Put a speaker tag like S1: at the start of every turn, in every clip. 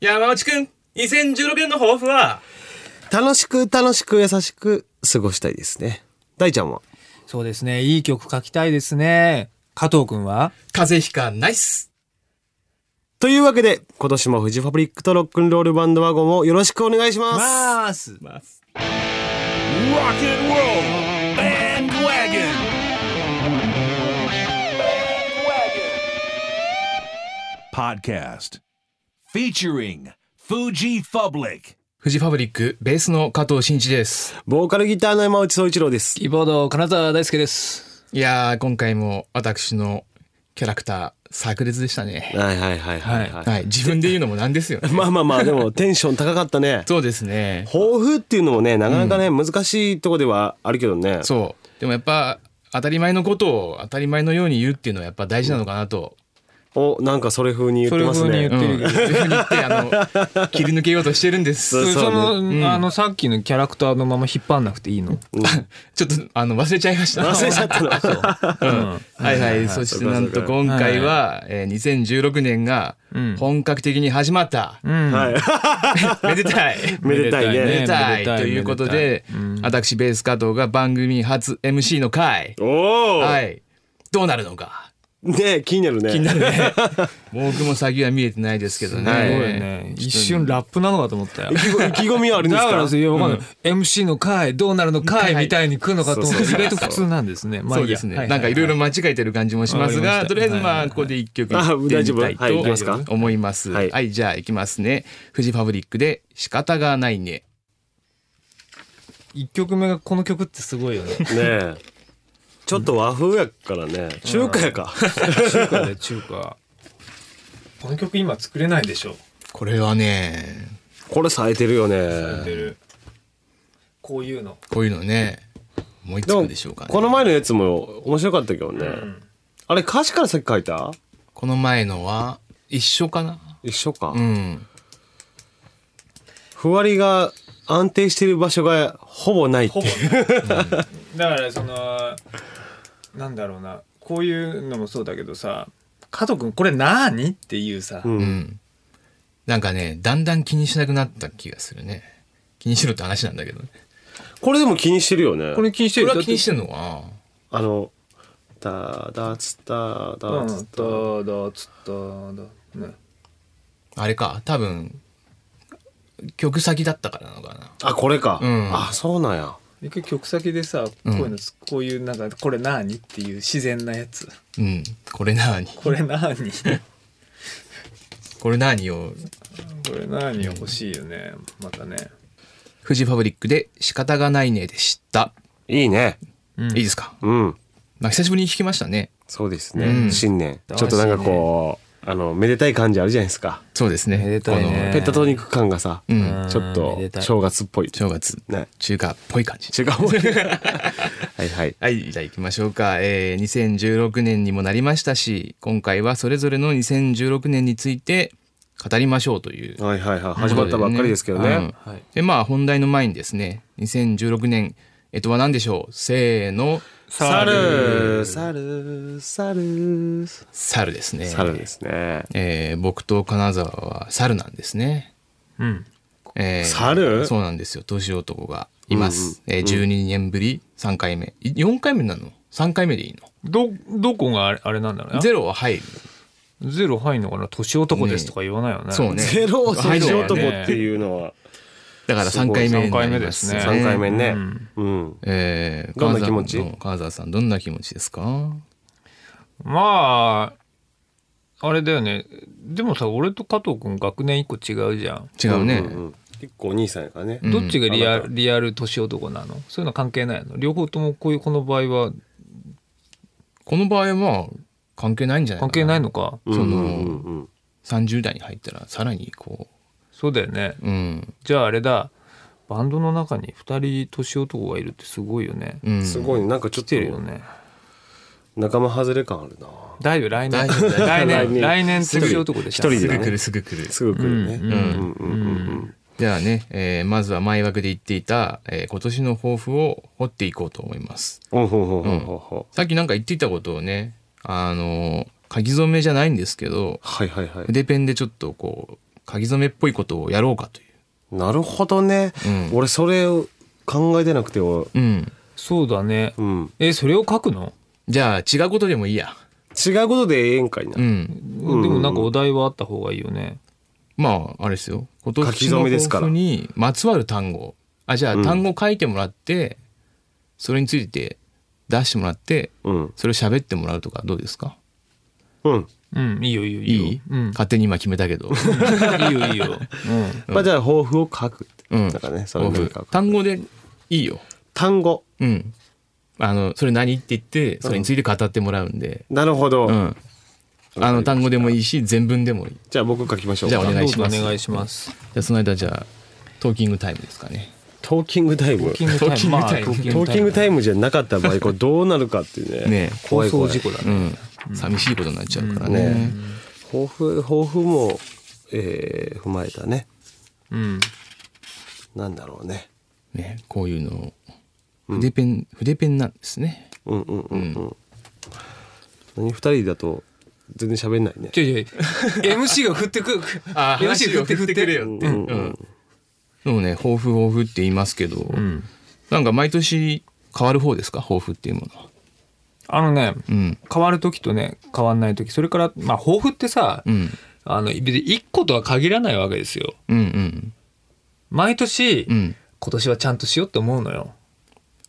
S1: 山内くん、2016年の抱負は
S2: 楽しく楽しく優しく過ごしたいですね。大ちゃんは
S3: そうですね。いい曲書きたいですね。加藤くんは
S1: 風邪ひかないっす。
S2: というわけで、今年もフジファブリックとロックンロールバンドワゴンをよろしくお願いします。
S3: ーす。
S1: ます。
S4: Rock and roll bandwagon. Podcast featuring Fuji Public.
S1: 富士ファブリック、ベースの加藤真一です。
S2: ボーカルギターの山内総一郎です。
S3: キーボード、金沢大輔です。
S1: いやー、今回も私のキャラクター、炸裂でしたね。
S2: はいはいはいはい、はい。
S1: はい、自分で言うのもなんですよね。
S2: まあまあまあ、でもテンション高かったね。
S1: そうですね。
S2: 抱負っていうのもね、なかなかね、難しいとこではあるけどね。
S1: そう。でもやっぱ、当たり前のことを当たり前のように言うっていうのはやっぱ大事なのかなと。
S2: お、なんかそれ風に言ってます
S3: それ
S2: ね。
S3: 風に
S1: うん。そういうふうに言って、あの、 切り抜けようとしてるんです。
S2: そうそう
S3: の、あの、さっきのキャラクターのまま引っ張んなくていい の
S1: ちょっと、あの、忘れちゃい ました。
S2: 忘れちゃった の。
S1: うんはいはい。そしてなんと今回は、えー2016年が本格的に始まった。 めでたい。
S2: めでたいね
S3: め
S1: めでたい。
S3: でたい
S1: ということで、私、ベース加藤が番組初 MC の回。
S2: おお、
S1: はい。どうなるのか。
S2: ね気になる ね。
S1: 僕も先は見えてないですけど
S3: すごい
S1: ね。
S3: ね。一瞬ラップなのかと思ったよ。
S2: 意気込みはあるんです
S3: だ
S2: か
S3: からいやわかんない、MC の回どうなるの回
S1: はい
S3: みたいに来るのかと思ったら
S2: そうそうそう
S3: 意外と普通なんですね。まあ
S1: そ
S3: いうい
S1: で
S3: や
S1: す
S3: は
S1: ね。
S3: は
S1: なんかいろいろ間違えてる感じもします
S3: わかりまし
S1: が、
S3: た
S1: とりあえず
S3: はい
S1: ま
S3: は
S1: あ
S3: い
S1: ここで一曲
S2: あ
S1: 行ってみたい
S2: 大丈夫はい行きます
S1: と
S2: か
S1: 思います。
S2: はい
S1: はい、じゃあ行きますね。フジファブリックで仕方がないね。
S3: 一曲目がこの曲ってすごいよね。
S2: ねえちょっと和風やからね。中華やか。
S3: 中華で中華。この曲今作れないでしょ。
S1: これはね、
S2: これ冴えてるよ
S3: 出
S2: ね。
S3: てる。こういうの。
S1: こういうのね、もう一
S2: で
S1: 個
S2: も
S1: でしょうか、ね。
S2: この前のやつも面白かったけどね。あれ歌詞から先書いた
S1: この前のは、一緒かな
S2: 一緒か
S1: う。ん。
S2: ふわりが安定してる場所がほぼないっていう。
S3: だからそのなんだろうなこういうのもそうだけどさ加藤君これ何っていうさ、
S2: う
S1: うんん。なんかね、だんだん気にしなくなった気がするね。気にしろって話なんだけどね。
S2: これでも気にしてるよね。
S3: これ気にして
S1: そ
S3: る
S1: れは気にしててんのかな
S2: あの、だだつだ
S3: だ
S2: だ
S3: って
S2: つだ。
S3: うんだだつっただね
S1: あれか、多分、曲先だったからなのかな。
S2: あ、これか。
S1: うん
S2: あ、そうなんや。
S3: 一回曲先でさこういうの、こういうなんかこれ何っていう自然なやつ
S1: うん。これなーに。
S3: これ何こ
S1: これなーにを、
S3: れ何欲しいよねまたね
S1: フジファブリックで仕方がないねでした。
S2: いいね。
S1: いいですか。
S2: うん。
S1: まあ、久しぶりに弾きましたね。
S2: そうです
S1: う
S2: ね。
S1: ん
S2: 新年。ちょっとなんかこう、あの、めでたい感じあるじゃないですか。
S1: そうですね。
S3: めで
S2: こ
S3: たい
S2: の
S3: ね
S2: ペットトニック感がさ、
S1: ん
S2: ちょっと
S3: めでたい
S2: 正月っぽい。
S1: この正月、
S2: ね。
S1: 中華っぽい感じ。
S2: 違う。 はいはい。
S1: はい、じゃあ行きましょうか。えー、2016年にもなりましたし、今回はそれぞれの2016年について語りましょうという。
S2: はいはいはい。始まったばっかりですけどね。
S1: うん
S3: はい
S1: で、まあ本題の前にですね、2016年、えっとは何でしょうせーの、
S2: 猿猿猿
S1: 猿ですね。
S2: 猿ですね。
S1: えー、僕と金沢は猿なんですね。
S3: うん
S1: えー
S2: 猿
S1: そうなんですよ。年男がいます。えー、12年ぶり3回目。い4回目なの ?3 回目でいいの
S3: どどこがあれあれなんだろうね
S1: ゼロは入る。
S3: ゼロ入んのかな年男ですとか言わないよね。
S1: そうね。
S2: ゼロを
S1: 入
S2: 最
S1: るわ
S2: 上
S1: ね
S2: 男っていうのは
S1: だから3回目になります
S3: すごい
S2: 3回目ね
S3: うん。
S2: うん。
S1: えー、
S2: どんな気持ち
S1: 金沢の金沢さんどんな気持ちですか
S3: まあ、あれだよね。でもさ、俺と加藤君学年一個違うじゃん。
S1: 違うね、
S2: んんん。結構お兄さんやからね。
S3: どっちがリア,、
S2: あなた
S3: リアル年男なのそういうの関係ないの両方ともこういうこの場合は
S1: この場合は関係ないんじゃないか
S3: 関係ないのか、
S2: うん
S1: その
S2: うんうんうん
S1: 30代に入ったらさらにこ
S3: そうだよね。
S1: ううん、
S3: じゃああれだ。バンドの中に2人年男がいるってすごいよね。
S1: うん、
S2: すごいねなんかちょっ
S3: 来てるよ
S2: と
S3: ね。
S2: 仲間外れ感あるな。
S3: 大丈夫、来年。
S1: 大丈夫
S3: 来
S2: 来
S3: 年、
S2: 年
S3: 来年年男でしょ。
S2: 一人
S1: す
S2: で
S1: ぐ来るすぐ来る
S2: すぐ来るね。
S3: うん
S2: うんうんうんうん。
S1: じゃあね、えーまずは前枠で言っていた、えー今年の抱負を掘っていこうと思います
S2: ほうほうほうほうほうほう
S1: さっきなんか言っていたことをねあの書き初めじゃないんですけど
S2: はいはいはい。
S1: 筆ペンでちょっとこう書き初めっぽいことをやろうかとい
S2: なるほどね、
S1: うん
S2: 俺それを考えてなくてよ
S1: う。うん。
S3: そうだね
S2: うん、
S3: えそれを書くの、
S1: じゃあ違うことでもいいや。
S2: 違うことでええんかいな、
S1: うん。
S3: でもなんかお題はあった方がいいよね
S1: まああれですよ今
S2: 書き
S1: 年
S2: 初
S1: の
S2: めですから
S1: 抱負にまつわる単語あじゃあ
S2: うん
S1: 単語書いてもらって、それについて出してもらって
S2: うん
S1: それを喋ってもらうとかどうですか
S2: うん
S3: うんいいよいいよ
S1: い
S3: い
S1: い
S3: いようん、
S1: 勝手に今決めたけど
S3: いいよいいよ、
S2: まあじゃあ抱負を書くって、
S1: うん
S2: なんかねそのなんか
S1: 単語でいいよ
S2: 単語
S1: うんあのそれ何って言ってそれについて語ってもらうんで
S2: なるほど、
S1: うん、あの単語でもいいし全文でもいいじ
S2: じゃあ僕書きましょう
S1: じゃあ
S3: う
S1: お
S3: ん、
S1: 願いします
S3: どうぞお願いします
S1: ゃあその間じゃあトーキングタイムですかね
S2: トーキングタイム
S3: トーキングタイム
S1: ト
S3: まあ
S1: ー
S2: トーキングタ
S3: イ
S2: イムじゃなかった場合これどうなるかっていうね
S1: ね
S2: 怖い怖い
S3: 放送事故だ
S1: う
S3: ね、
S1: ん寂しいことになっちゃうからね,、
S2: ね抱負抱負も、えー踏まえたね
S3: うん、
S2: なんだろうね
S1: ねこういうのを筆ペン、筆ペンなんですね
S2: うんうんうんうん、何二人だと全然喋んないね
S3: ちょいち ょい MC が振ってくる MC が振って振って
S1: っ
S2: う
S1: て、
S2: ん
S1: うんでもね抱負抱負って言いますけど、
S3: うん
S1: なんか毎年変わる方ですか抱負っていうものは
S3: あのね、
S1: うん
S3: 変わる時とね変わんない時それからまあ抱負ってさ、
S1: うん
S3: あの別に1個とは限らないわけですよ
S1: うんうん
S3: 毎年、
S1: うん
S3: 今年はちゃんとしようって思うのよ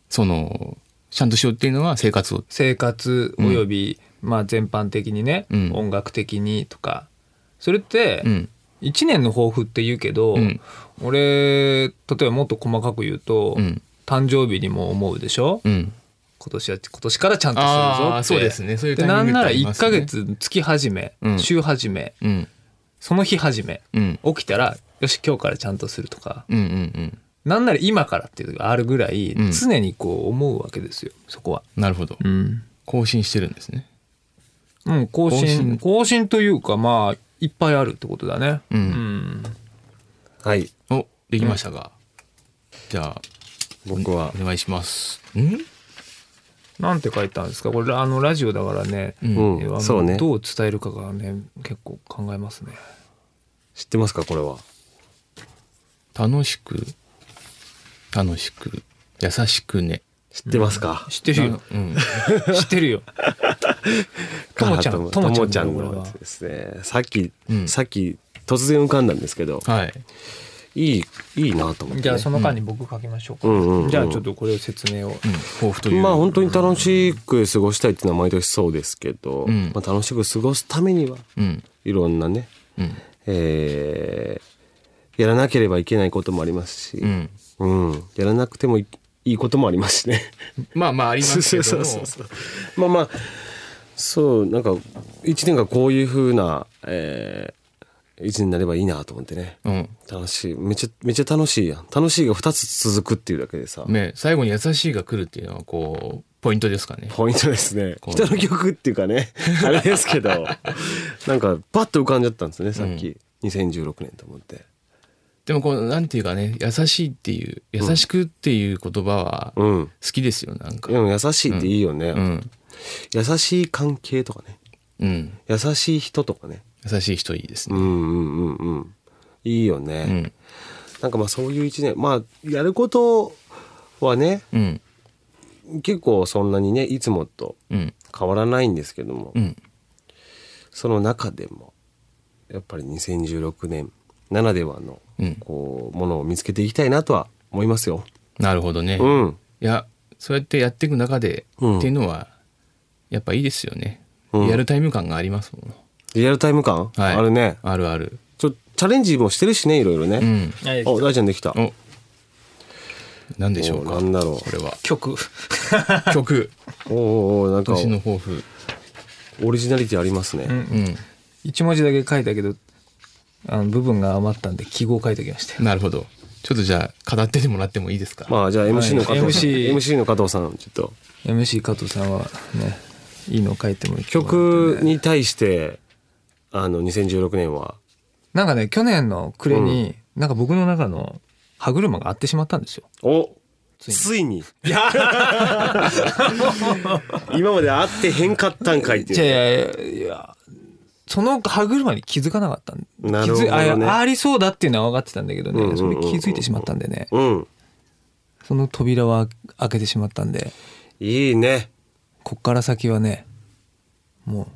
S1: そのちゃんとしようっていうのは生活を
S3: 生活および、まあ全般的にね、
S1: うん
S3: 音楽的にとかそれって
S1: うん
S3: 1年の抱負って言うけど、
S1: うん
S3: 俺例えばもっと細かく言うと、
S1: うん
S3: 誕生日にも思うでしょ、
S1: うん
S3: 今年は今年からちゃんとするぞ
S1: あ
S3: っ
S1: あ
S3: て
S1: そうですねそういう
S3: で
S1: タイミ
S3: な
S1: ング
S3: んなら
S1: ってありま
S3: 1
S1: すね
S3: ヶ月月始め、
S1: うん
S3: 週始め
S1: うん
S3: その日始め
S1: うん
S3: 起きたらよし今日からちゃんとするとか
S1: うんうんうん
S3: なんなら今からっていうのがあるぐらい
S1: うん
S3: 常にこう思うわけですよそこは。
S1: なるほど
S3: うん、
S1: 更新してるんですね
S3: うん、更
S1: 更
S3: 新
S1: 新
S3: 更新というかまあいっぱいあるってことだね。
S1: うん
S3: うん
S2: はい
S1: おできましたが、じゃあ
S2: 僕は
S1: お願いしますん
S3: なんて書いたんですかこれあのラジオだからね、
S1: うん
S2: うん
S3: えーあの
S2: そうね
S3: どう伝えるかがね結構考えますね。
S2: 知ってますかこれは
S1: 楽しく楽しく優しくね
S2: 知ってますか、
S3: 知ってるよ
S1: うん、
S3: 知って るよ。ともちゃん
S2: と
S3: と
S2: もちゃん
S3: もちゃんの
S2: のですねさっき、
S1: うん
S2: さっき突然浮かんだんですけど
S1: はい
S2: いいいいなと思って、ね、
S3: じゃあその間に僕書きましょうか。
S2: うんうんうん
S3: じゃあちょっとこれを説明を。
S1: うん、抱負という
S2: まあ本当に楽しく過ごしたいっていうのは毎年そうですけど、
S1: うん
S2: まあ、楽しく過ごすためには
S1: うん
S2: いろんなね、
S1: うん
S2: えーやらなければいけないこともありますし、
S1: うん
S2: うんやらなくてもいいいこともありますしね。
S1: まあまあありますけど
S2: そう
S1: も
S2: そうそうまあまあそうなんか一年がこういうふうな、えー、一年になればいいなと思ってね
S1: うん
S2: 楽しいめちゃめちゃ楽しいやん楽しいが2つ続くっていうだけでさ、
S1: ね最後に優しいが来るっていうのはこうポイントですかね
S2: ポイントですね
S1: こう
S2: 人の曲っていう かねあれですけどなんかパッと浮かんじゃったんですよねさっき、2016年と思って
S1: でもこうなんていうかね優しいっていう優しくっていう言葉は好
S2: うん
S1: きですよなんか
S2: でも優しいっていいよね、
S1: うん
S2: 優しい関係とかね
S1: うん
S2: 優しい人とかね
S1: 優しい人いいです
S2: う
S1: ね
S2: んうんうんうんいいよね、
S1: うん
S2: なんかまあそういう一年まあやることはね
S1: うん
S2: 結構そんなにねいつもと
S1: うん
S2: 変わらないんですけども、
S1: うん
S2: その中でもやっぱり2016年ならではの
S1: うん
S2: こうものを見つけていきたいなとは思いますよ。
S1: なるほどね、
S2: う
S1: い
S2: ん、
S1: やそうやってやっていく中で、
S2: うん
S1: っていうのはやっぱいいですよね、
S2: うん
S1: リアルタイム感がありますもん
S2: リアルタイム感、
S1: はい
S2: あるね
S1: あるある
S2: ちょチャレンジもしてるしねいろいろ
S1: う
S2: ね。
S1: ん
S3: はい
S2: あ大ちゃんできた。
S1: お何でしょう
S2: お
S1: か
S2: なんだろう
S1: これは
S3: 曲。
S1: 曲
S2: おおおうなんか
S1: 今年の抱負
S2: オリジナリティありますね。
S1: うん
S3: 一文字だけ書いたけどあの部分が余ったんで記号書いておきましたよ
S1: なるほどちょっとじゃあ語っててもらってもいいですか、
S2: まあじゃあ MC の加藤さん、
S3: はい
S2: MC, の加藤さんちょっと
S3: MC 加藤さんはねいいの書いてもらってね
S2: 曲に対してあの2016年は
S3: なんかね去年の暮れに、なんか僕の中の歯車が合ってしまったんですよ
S2: お
S3: いに
S2: ついに 今まで会ってへんかったんかいって
S3: じゃ
S2: いう
S3: あいやいやその歯車に気づかなかったん
S2: なるほどね
S3: 気づいあありそうだっていうのは分かってたんだけどね、
S2: うんうんうんうん
S3: それ気づいてしまったんでね
S2: うん。
S3: その扉は開けてしまったんで
S2: いいね。
S3: こっから先はねもう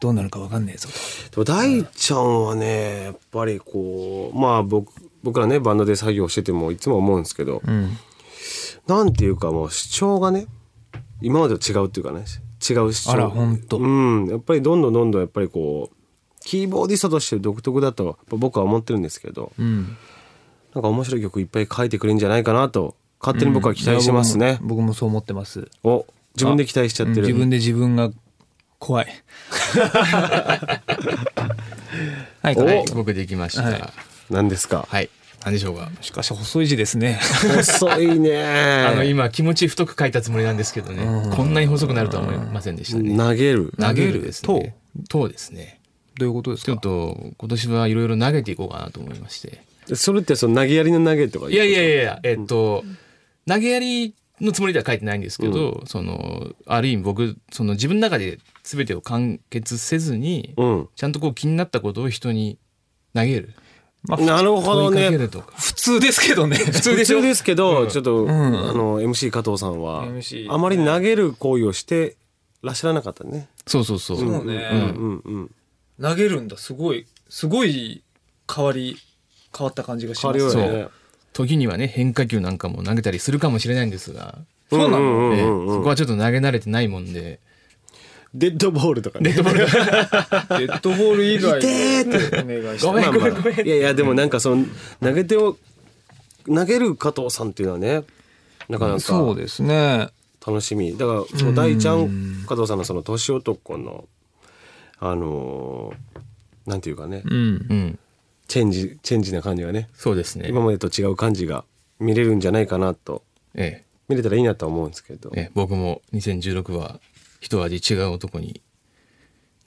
S3: どうなるか分かんねえぞと
S2: でも大ちゃんはね、やっぱりこう、まあ僕、僕らね、バンドで作業しててもいつも思うんですけど、
S3: うん
S2: なんていうかもう主張がね、今までと違うっていうかね、違う主張。
S3: あらほんと
S2: うん。やっぱりどんどんどんどんやっぱりこう、キーボーディストとして独特だとやっぱ僕は思ってるんですけど、
S3: うん
S2: なんか面白い曲いっぱい書いてくれるんじゃないかなと、勝手に僕は期待してますね。
S3: 僕も僕もそう思ってます
S2: お、自分で期待しちゃって
S3: う
S2: る。
S3: ん自分で自分が怖いはい
S1: は
S3: はい
S1: い、僕できました。
S3: はい
S2: 何ですか
S1: はい、何でしょうか。
S3: しかし細い字ですね
S2: 細い
S1: あの
S2: ね。
S1: 今気持ち太く書いたつもりなんですけどね、こんなに細くなるとは思いませんでしたね。
S2: 投げる。
S1: 投げるですね。とですね。
S3: どういうことです
S1: ちょっ
S3: か
S1: と今年はいろいろ投げていこうかなと思いまして。
S2: それってその投げやりの投げとか
S1: いやいやいやいや、えっと、投げやりのつもりでは書いてないんですけど、そのある意味僕その自分の中で全てを完結せずに、
S2: うん。
S1: ちゃんとこう気になったことを人に投げる。
S2: なるほど
S1: 問いかけ
S2: ね。
S1: るとか。
S3: 普通ですけどね普
S2: 普通ですけど、ちょっと、
S3: ん
S2: あの MC 加藤さんは
S3: MC
S2: あまり投げる行為をしてらっしゃらなかったね。
S1: そうそうそう。
S3: そうね、
S2: うんうん。
S3: 投げるんだすごいすごい変わり変わった感じがし
S2: 変
S3: ま
S2: わ
S3: す
S2: るよう
S1: そ
S2: や
S1: う
S2: ね。
S1: 時にはね変化球なんかも投げたりするかもしれないんですが、
S3: そうなの
S2: ん
S1: ええ
S2: うんうん
S1: そこはちょっと投げ慣れてないもんで
S2: デッドボールとかね。
S3: デッドボール以外
S2: 痛
S3: でお願いし
S1: ごめん
S3: ま
S2: まあ
S3: す
S2: まあいやいやでもなんかその投げ手を投げる加藤さんっていうのはねなかなか
S3: そうですね
S2: 楽しみだからその大ちゃん加藤さんのその年男のあのーなんていうかね
S3: うん
S1: うん
S2: チェンジチェンジな感じがね
S1: そうですね
S2: 今までと違う感じが見れるんじゃないかなと
S1: え
S2: 見れたらいいなとは思うんですけど
S1: えええ僕も2016は一味違う男に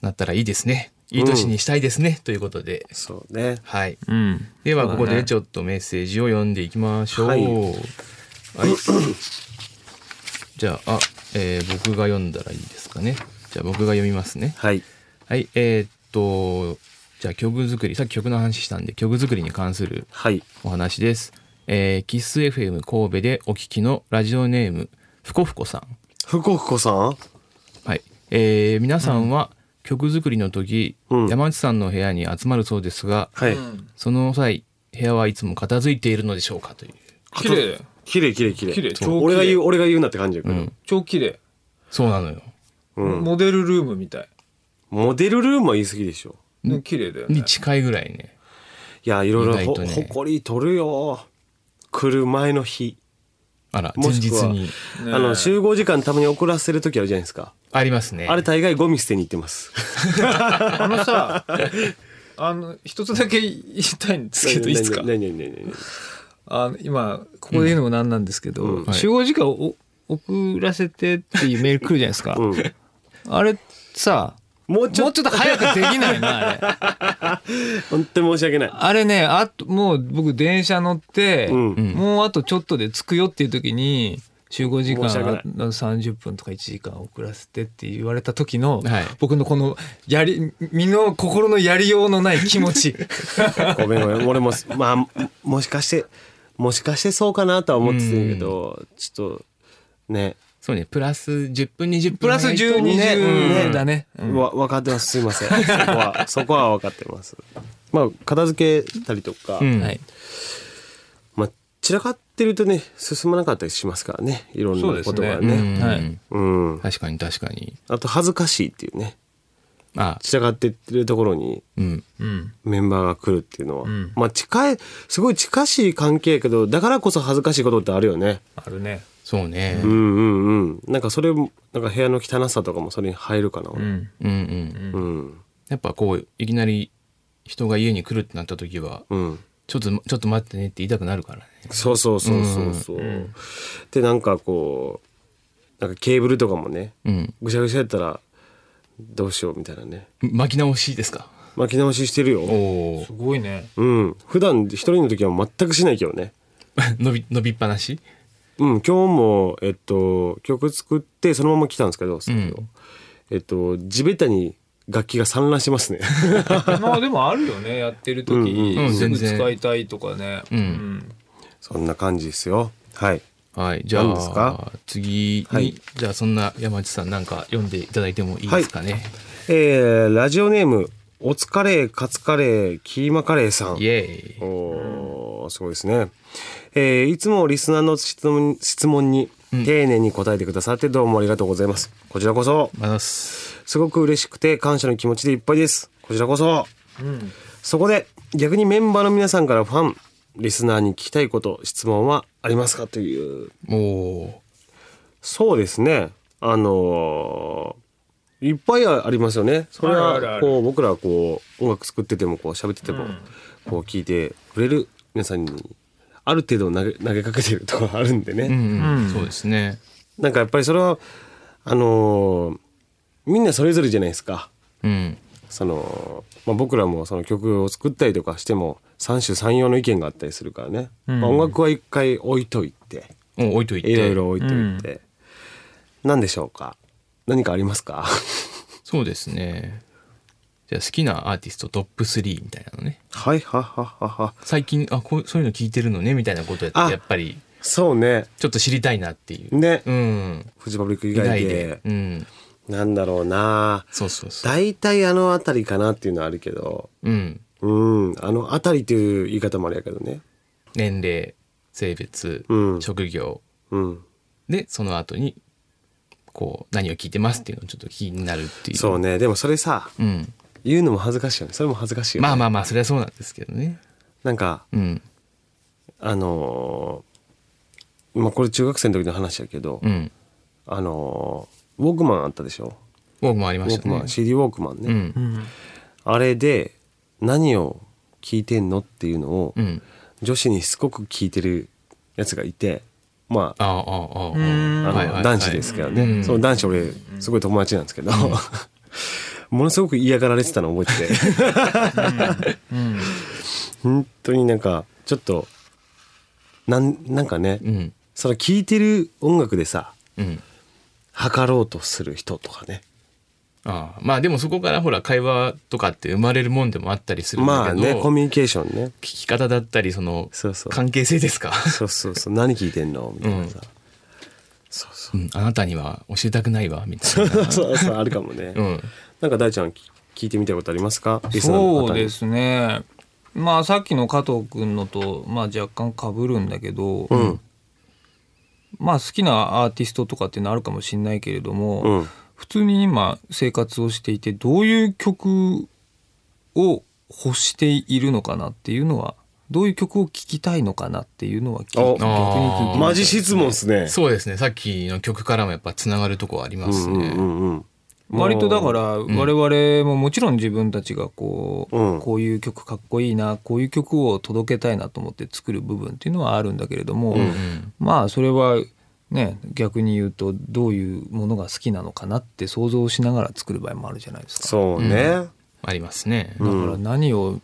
S1: なったらいいですねいい年にしたいですね、ということで
S2: そうね
S1: はい
S3: うん
S1: ではここでちょっとメッセージを読んでい きましょうは、
S2: はいい
S1: じゃああ、えー僕が読んだらいいですかねじゃあ僕が読みますね
S2: はい
S1: はい、えーっと、じゃあ曲作り、さっき曲の話したんで、曲作りに関する
S2: はい
S1: お話です。えー、キス FM 神戸でお聞きのラジオネーム、ふこふこさん。
S2: 福子さん
S1: はい。えー皆さんは曲作りの時、
S2: うん
S1: 山内さんの部屋に集まるそうですが、
S2: はい
S1: その際、部屋はいつも片付いているのでしょうかという。
S3: 綺麗
S2: 綺麗綺麗綺麗
S3: 綺麗
S2: そう
S3: 超綺麗
S2: 俺が言う俺が言うなって感じだけ
S1: う
S2: ど
S1: ん。
S3: 超綺麗、
S1: そうなのよ。
S2: うん
S3: モデルルームみたい
S2: モデルルームは言い過ぎでしょ
S3: ね綺麗だよね
S1: に近いぐらいね。
S2: いやいろいろ
S1: 意外
S2: ほ
S1: とね
S2: 誇り取るよ来る前の日
S1: あら、前
S2: もし
S1: 日
S2: くは
S1: に。
S3: ね
S2: あの集合時間たまに遅らせる時あるじゃないですか
S1: ありますね。
S2: あれ大概ゴミ捨てに行っ てます
S3: あのさあの一つだけ言いたいんですけどいいですか
S2: 何々何々何々
S3: あの今ここで言うのもなんなんですけど、
S2: うん
S1: はい
S3: 集合時間をお遅らせてっていうメール来るじゃないですか、
S2: 何々
S3: あれさ
S2: うんもうち
S3: も
S2: ょ
S3: う
S2: っと
S3: ちょっと早くできないなあれ
S2: 本当に申し訳ない
S3: あれねあともう僕電車乗って、
S2: うん
S1: うん
S3: もうあとちょっとで着くよっていう時に集合時間
S2: 申し訳ない
S3: あの30分とか1時間遅らせてって言われた時の、
S1: はい
S3: 僕のこのやり身の心のやりようのない気持 ち
S2: ごめんごめん俺もまあももしかしてもしかしてそうかなとは思ってたんやけど、ちょっとね
S1: そうね、プラス10分、20分。
S3: プラス1020、
S2: ね
S3: 20だね、
S2: わ分かってますすいませんそこはそこは分かってますまあ片付けたりとか、
S1: うん
S3: はい
S2: まあ散らかってるとね進まなかったりしますからねいろんなことが
S3: そうです
S1: う
S2: ね
S1: ん
S3: はい
S2: うん
S1: 確かに確かに。
S2: あと恥ずかしいっていうね
S1: あ、
S2: 散らかってってるところに
S1: うん。
S3: うん
S2: メンバーが来るっていうのは、まあ近いすごい近しい関係やけどだからこそ恥ずかしいことってあるよね
S3: あるね
S1: そうね。
S2: うんうんうんなんかそれもなんか部屋の汚さとかもそれに入るかな
S3: う
S2: 俺
S3: ん
S1: うんうん、
S2: うん
S1: やっぱこういきなり人が家に来るってなった時は
S2: うん
S1: ちょっとちょっと待ってねって言いたくなるからね
S2: そうそうそうそうそう、でなんかこうなんかケーブルとかもね
S1: うん
S2: ぐしゃぐしゃやったらどうしようみたいなね
S1: 巻き直しですか
S2: 巻き直ししてるよ
S1: おお
S3: すごいね
S2: うん普段一人の時は全くしないけどね
S1: 伸び伸びっぱなし
S2: うん今日もえっと曲作ってそのまま来たんですけど、スタジオ
S1: うん
S2: えっと地べたに楽器が散乱しますね。
S3: まあでもあるよねやってる時
S2: うん
S1: うん
S3: すぐ使いたいとかね
S1: うん
S2: そんな感じですよ。はい。
S1: はい、じゃ
S2: 何ですか
S1: あ次に、
S2: はい
S1: じゃあそんな山内さんなんか読んでいただいてもいいですかね。
S2: えー、ラジオネーム、おつカレー、カツカレー、キーマカレーさん
S1: イ。エーイ。
S2: おーすごいですね。えーいつもリスナーの質問質問に丁寧に答えてくださってどうもありがとうございます。こちらこそ、
S1: まだっす。
S2: すごく嬉しくて感謝の気持ちでいっぱいです。こちらこそ。そこで、逆にメンバーの皆さんからファン、リスナーに聞きたいこと、質問はありますかという。
S1: おお
S2: そうですね。あのーいっぱいありますよね。それ
S3: あるある
S2: は
S3: ある
S2: こう僕らはこう音楽作っててもこう喋っててもこう聞いてくれる皆さんにある程度投げ 投げかけてるところあるんでね。
S1: ー。うん、うん
S3: うん
S1: そうですね。
S2: なんかやっぱりそれはあのーみんなそれぞれじゃないですか。
S1: うん。
S2: そのまあ、僕らもその曲を作ったりとかしても三種三様の意見があったりするからね、
S3: うん
S2: まあ、音楽は一回置いといて
S1: もう置いといて。
S2: いろいろ置いといて、何でしょうか何かありますか
S1: そうですね。じゃあ好きなアーティストトップ3みたいなのね。
S2: はいはははは
S1: 最近あこうそういうの聞いてるのねみたいなことや
S2: あ
S1: やっぱり
S2: そうね
S1: ちょっと知りたいなっていう。
S2: ね、
S1: うん。
S2: フジパブリック以
S1: 以外で
S2: 外で。
S1: うん。
S2: なんだろうな
S1: そうそうそう。
S2: 大体あの辺りかなっていうのはあるけど
S1: うん。
S2: うんあの辺りっていう言い方もあれやけどね
S1: 年齢、性別、
S2: うん
S1: 職業。
S2: うん
S1: でその後にこう何を聞いてますっていうのをちょっと気になるっていう
S2: そうねでもそれさ
S1: うん、
S2: 言うのも恥ずかしいよねそれも恥ずかしいよ、ね、
S1: まあまあまあそれはそうなんですけどね
S2: なんか
S1: うん
S2: あのーまあこれ中学生の時の話やけど、
S1: うん
S2: あのーウォークマンあったでしょ
S1: 僕もあり
S2: ウ
S1: ま
S2: ォ
S1: し
S2: ー
S1: た
S2: ク
S1: ね
S2: マン CD ウォークマンね、
S1: うん
S2: あれで何を聞いてんのっていうのを
S1: うん
S2: 女子にしつこく聞いてるやつがいてまあ
S1: ああああああ
S2: あ
S3: ん
S2: の
S1: はいはいはい
S2: 男子ですからね、
S1: うん
S2: その男子俺すごい友達なんですけど、ものすごく嫌がられてたのを覚えてて本当になんかちょっとなんなんかね、
S1: うん
S2: その聞いてる音楽でさ
S1: うん
S2: 測ろうとする人とかね
S1: ああまあでもそこからほら会話とかって生まれるもんでもあったりするん
S2: ま
S1: だけ
S2: あ
S1: ど、
S2: ねコ
S1: 聞
S2: ミュニケーションね
S1: き方だったりその
S2: そうそう
S1: 関係性ですか、
S2: そうそうそう何聞いてんのみたいなさ、
S1: うん、あなたには教えたくないわみたいな
S2: そうそうあるかもね、
S1: うん
S2: なんか大ちゃんき聞いてみたことありますかリスナーの
S3: そ
S2: 方
S3: う
S2: に
S3: ですねまあさっきの加藤君のと、まあ、若干かぶるんだけど、
S2: うん
S3: まあ好きなアーティストとかってのあるかもしれないけれども、
S2: うん
S3: 普通に今生活をしていてどういう曲を欲しているのかなっていうのはどういう曲を聴きたいのかなっていうのは聞い逆に聞い
S2: お
S3: てみたい
S2: マジ質問っすね
S1: そうですねさっきの曲からもやっぱつながるとこはありま
S2: う
S1: す
S2: ん
S1: ね、
S2: うんうん
S3: 割とだから我々ももちろん自分たちがこう、
S2: うん
S3: こういう曲かっこいいなこういう曲を届けたいなと思って作る部分っていうのはあるんだけれども、
S1: うん
S3: まあそれはね逆に言うとどういうものが好きなのかなって想像しながら作る場合もあるじゃないですか。
S2: そうね、
S1: ありますね、
S3: だから何を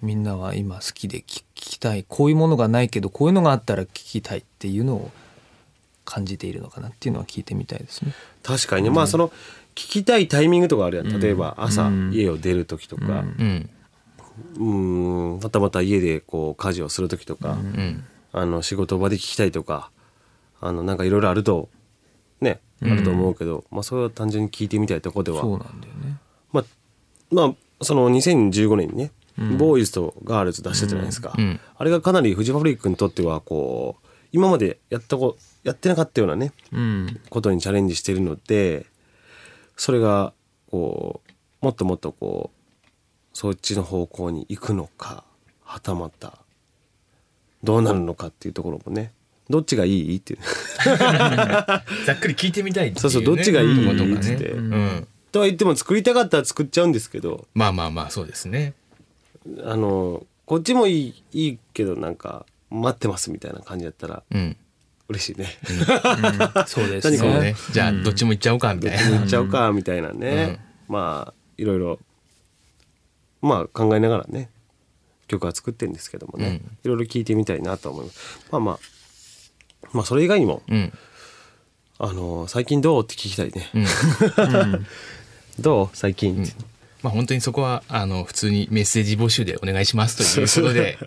S3: みんなは今好きで聞聞きたいこういうものがないけどこういうのがあったら聞きたいっていうのを感じているのかなっていうのは聞いてみたいですね。
S2: 確かにねまあその聞きたいタイミングとかあるやん例えば朝、
S3: うん
S2: 家を出る時とか
S1: うん
S2: うんはたまた家でこう家事をする時とか、
S1: うん
S2: あの仕事場で聞きたいとかあのなんかいろいろあるとねあると思うけど、まあそれは単純に聞いてみたいとこでは
S3: そうなんだよね。
S2: まあ、まあ、その2015年にね、ボーイズとガールズ出したじゃないですか、
S1: うんうん
S2: あれがかなりフジファブリックにとってはこう今までやったこやってなかったようなね
S3: うん。
S2: ことにチャレンジしてるのでそれがこうもっともっとこうそっちの方向に行くのかはたまたどうなるのかっていうところもねどっちがいいっていう
S1: ざっくり聞いてみたいっていう、ね、
S2: そうそうどっちがいい
S1: とこ
S2: っ
S1: とか
S2: つ
S1: ね
S2: って
S1: うん、
S2: とは言っても作りたかったら作っちゃうんですけど
S1: まあまあまあそうですね
S2: あのこっちもいいいいけどなんか待ってますみたいな感じだったら
S1: うん
S2: 嬉しいね。
S3: そうですね。
S2: 何か
S1: そう
S2: ね
S1: ねじゃあどっちも行っちゃおうかみたいな、
S2: 行っちゃうかみたいなね、まあいろいろまあ考えながらね曲は作ってるんですけどもね、いろいろ聴いてみたいなと思います。まあまあまあそれ以外にも、
S1: うん
S2: あの最近どうって聞きたいね。どう最近、って
S1: まあ本当にそこはあの普通にメッセージ募集でお願いしますと いうことで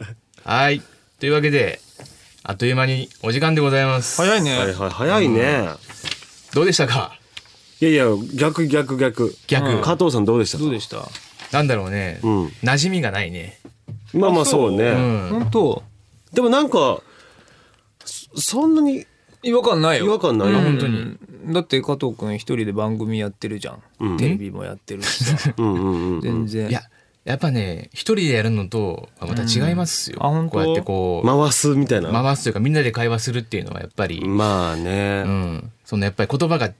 S1: はいというわけであっという間にお時間でございます
S3: 早いね、
S2: はいはい早いね、
S1: どうでしたか
S2: いやいや逆逆逆
S1: 逆
S2: 加藤さんどうでしたか
S3: どうでした
S1: なんだろうね、
S2: ん
S1: 馴染みがないね
S2: まあまあそうね、
S1: うん
S3: 本当
S2: でもなんかそそんなに
S3: 違和感ないよ
S2: 違和感ない、
S1: う
S2: うんん
S1: 本当に
S3: うんだって加藤君一人で番組やってるじゃん、テレビもやってるしさ
S2: うんうんうん、
S3: 全然
S1: いややっぱね一人でやるのとまた違いますよ、
S3: うんあ本当
S1: こうやってこう、
S2: 回すみたいな、
S1: 回すというかみんなで会話するっていうのはやっぱり、
S2: まあね、
S1: うん、そのやっぱり言葉が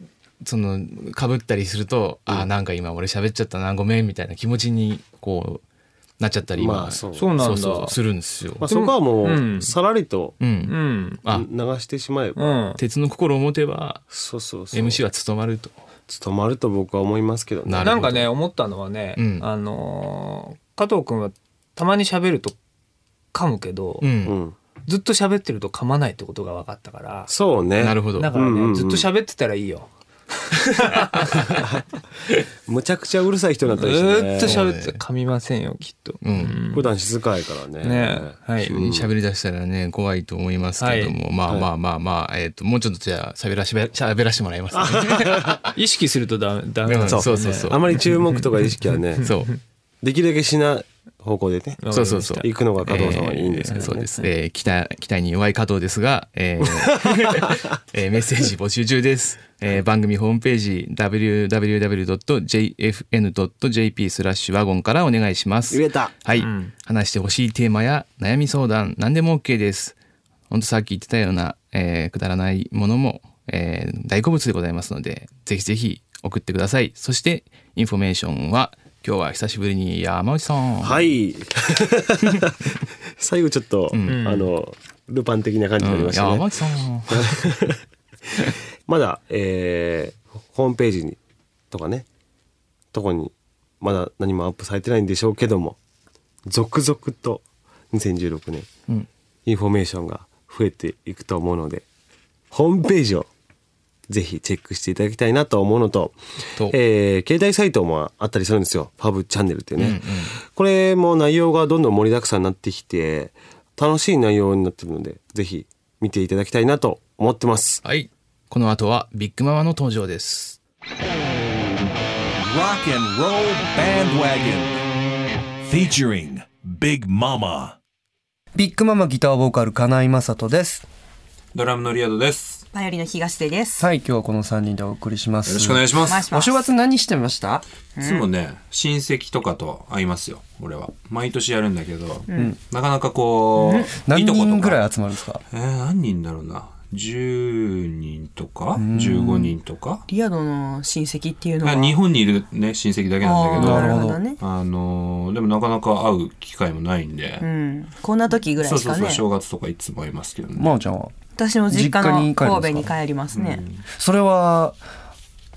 S1: そのかぶったりすると、ああなんか今俺喋っちゃったなごめんみたいな気持ちにこうなっちゃったり今、
S2: まあそう
S3: そうなんだ
S1: そうそうするんですよ。
S2: まあ、そこはも
S3: う
S2: うんさらりと
S1: うん
S3: うん
S1: あ
S2: 流してしまえば、
S3: うん
S1: 鉄の心を持てば
S2: そうそうそう
S1: MC は務まると。
S2: 務まると僕は思いますけどね
S1: なる
S3: な
S1: ほ
S3: ん
S1: ど
S3: かね思ったのはね、
S1: うん
S3: あのー加藤君はたまに喋ると噛むけど、
S1: うん
S2: うん、
S3: ずっと喋ってると噛まないってことが分かったから
S2: そうね
S1: なるほど。
S3: だからね、
S2: うんうんうん
S3: ずっと喋ってたらいいよ
S2: むちゃくちゃうるさい人になっ
S3: ず
S2: たりして、ね、
S3: ーっと喋っ
S1: そう
S3: て
S1: ね
S3: 噛みませんよきっと、
S1: うん
S2: 普段静かやからね
S3: ねはい
S1: 急に喋り出したらね怖いと思いますけども、まあまあまあまあ、えっ、ともうちょっとじゃあ喋らしべ喋らしてもらいます、 ね。
S3: 意識するとダメダメなん
S1: う
S3: で
S1: ん
S3: す
S1: そ
S3: よ
S1: う
S3: ね
S1: そうそう。
S2: あまり注目とか意識はね
S1: そう
S2: できるだけしない方向でね
S1: そうそうそう。
S2: 行くのが加藤さんはいいんですけど
S1: そう
S2: ね、
S1: です。えー、期待期待に弱い加藤ですが、え ーえーメッセージ募集中です。えー番組ホームページ www.jfn.jp スラッシュワゴンからお願いします。
S2: 言えた
S1: はい、話してほしいテーマや悩み相談何でも OK です。本当さっき言ってたような、えーくだらないものも、えー大好物でございますのでぜひぜひ送ってください。そしてインフォメーションは今日は久しぶりに山内さん。
S2: はい最後ちょっと、あのルパン的な感じになりましたね、
S1: 山内さん。
S2: まだ、えーホームページにとかねとこにまだ何もアップされてないんでしょうけども続々と2016年、
S1: うん
S2: インフォメーションが増えていくと思うのでホームページをぜひチェックしていただきたいなと思うのと
S1: と
S2: えー携帯サイトもあったりするんですよ「パブチャンネル」っていうね、これも内容がどんどん盛りだくさんになってきて楽しい内容になってるのでぜひ見ていただきたいなと思ってます
S1: はい。この後はビッグママの登場です。
S4: Rock and Roll Bandwagon. Featuring Big Mama.
S5: ビッグママギターボーカル金井雅人です。
S6: ドラムのリアドです。
S7: バイオリンの東出です。
S5: はい、今日はこの3人でお送りします。
S6: よろしくお願いしま
S7: お
S6: す。
S7: 願いし
S5: お
S7: ます
S5: 正月何してました
S6: いつもね、親戚とかと会いますよ、俺は。毎年やるんだけど、なかなかこう、
S5: 何
S6: いとこと
S5: 人
S6: か
S5: ぐらい集まるんですか
S6: えー何人だろうな。10人とか、15人とか。
S7: リアドの親戚っていうのは。
S6: 日本にいるね、親戚だけなん
S7: あーなる
S6: だ
S7: ほ
S6: けど、
S7: どね。
S6: あのーでもなかなか会う機会もないんで、
S7: うん。こんな時ぐらい
S6: そう
S7: です
S6: そう
S7: か
S6: そう、
S7: ね。
S6: 正月とかいつも会いますけどね。
S5: まおちゃんは
S7: 私も実家
S5: 実家
S7: の
S5: に帰るんですか
S7: 神戸に帰りますね。
S5: それは、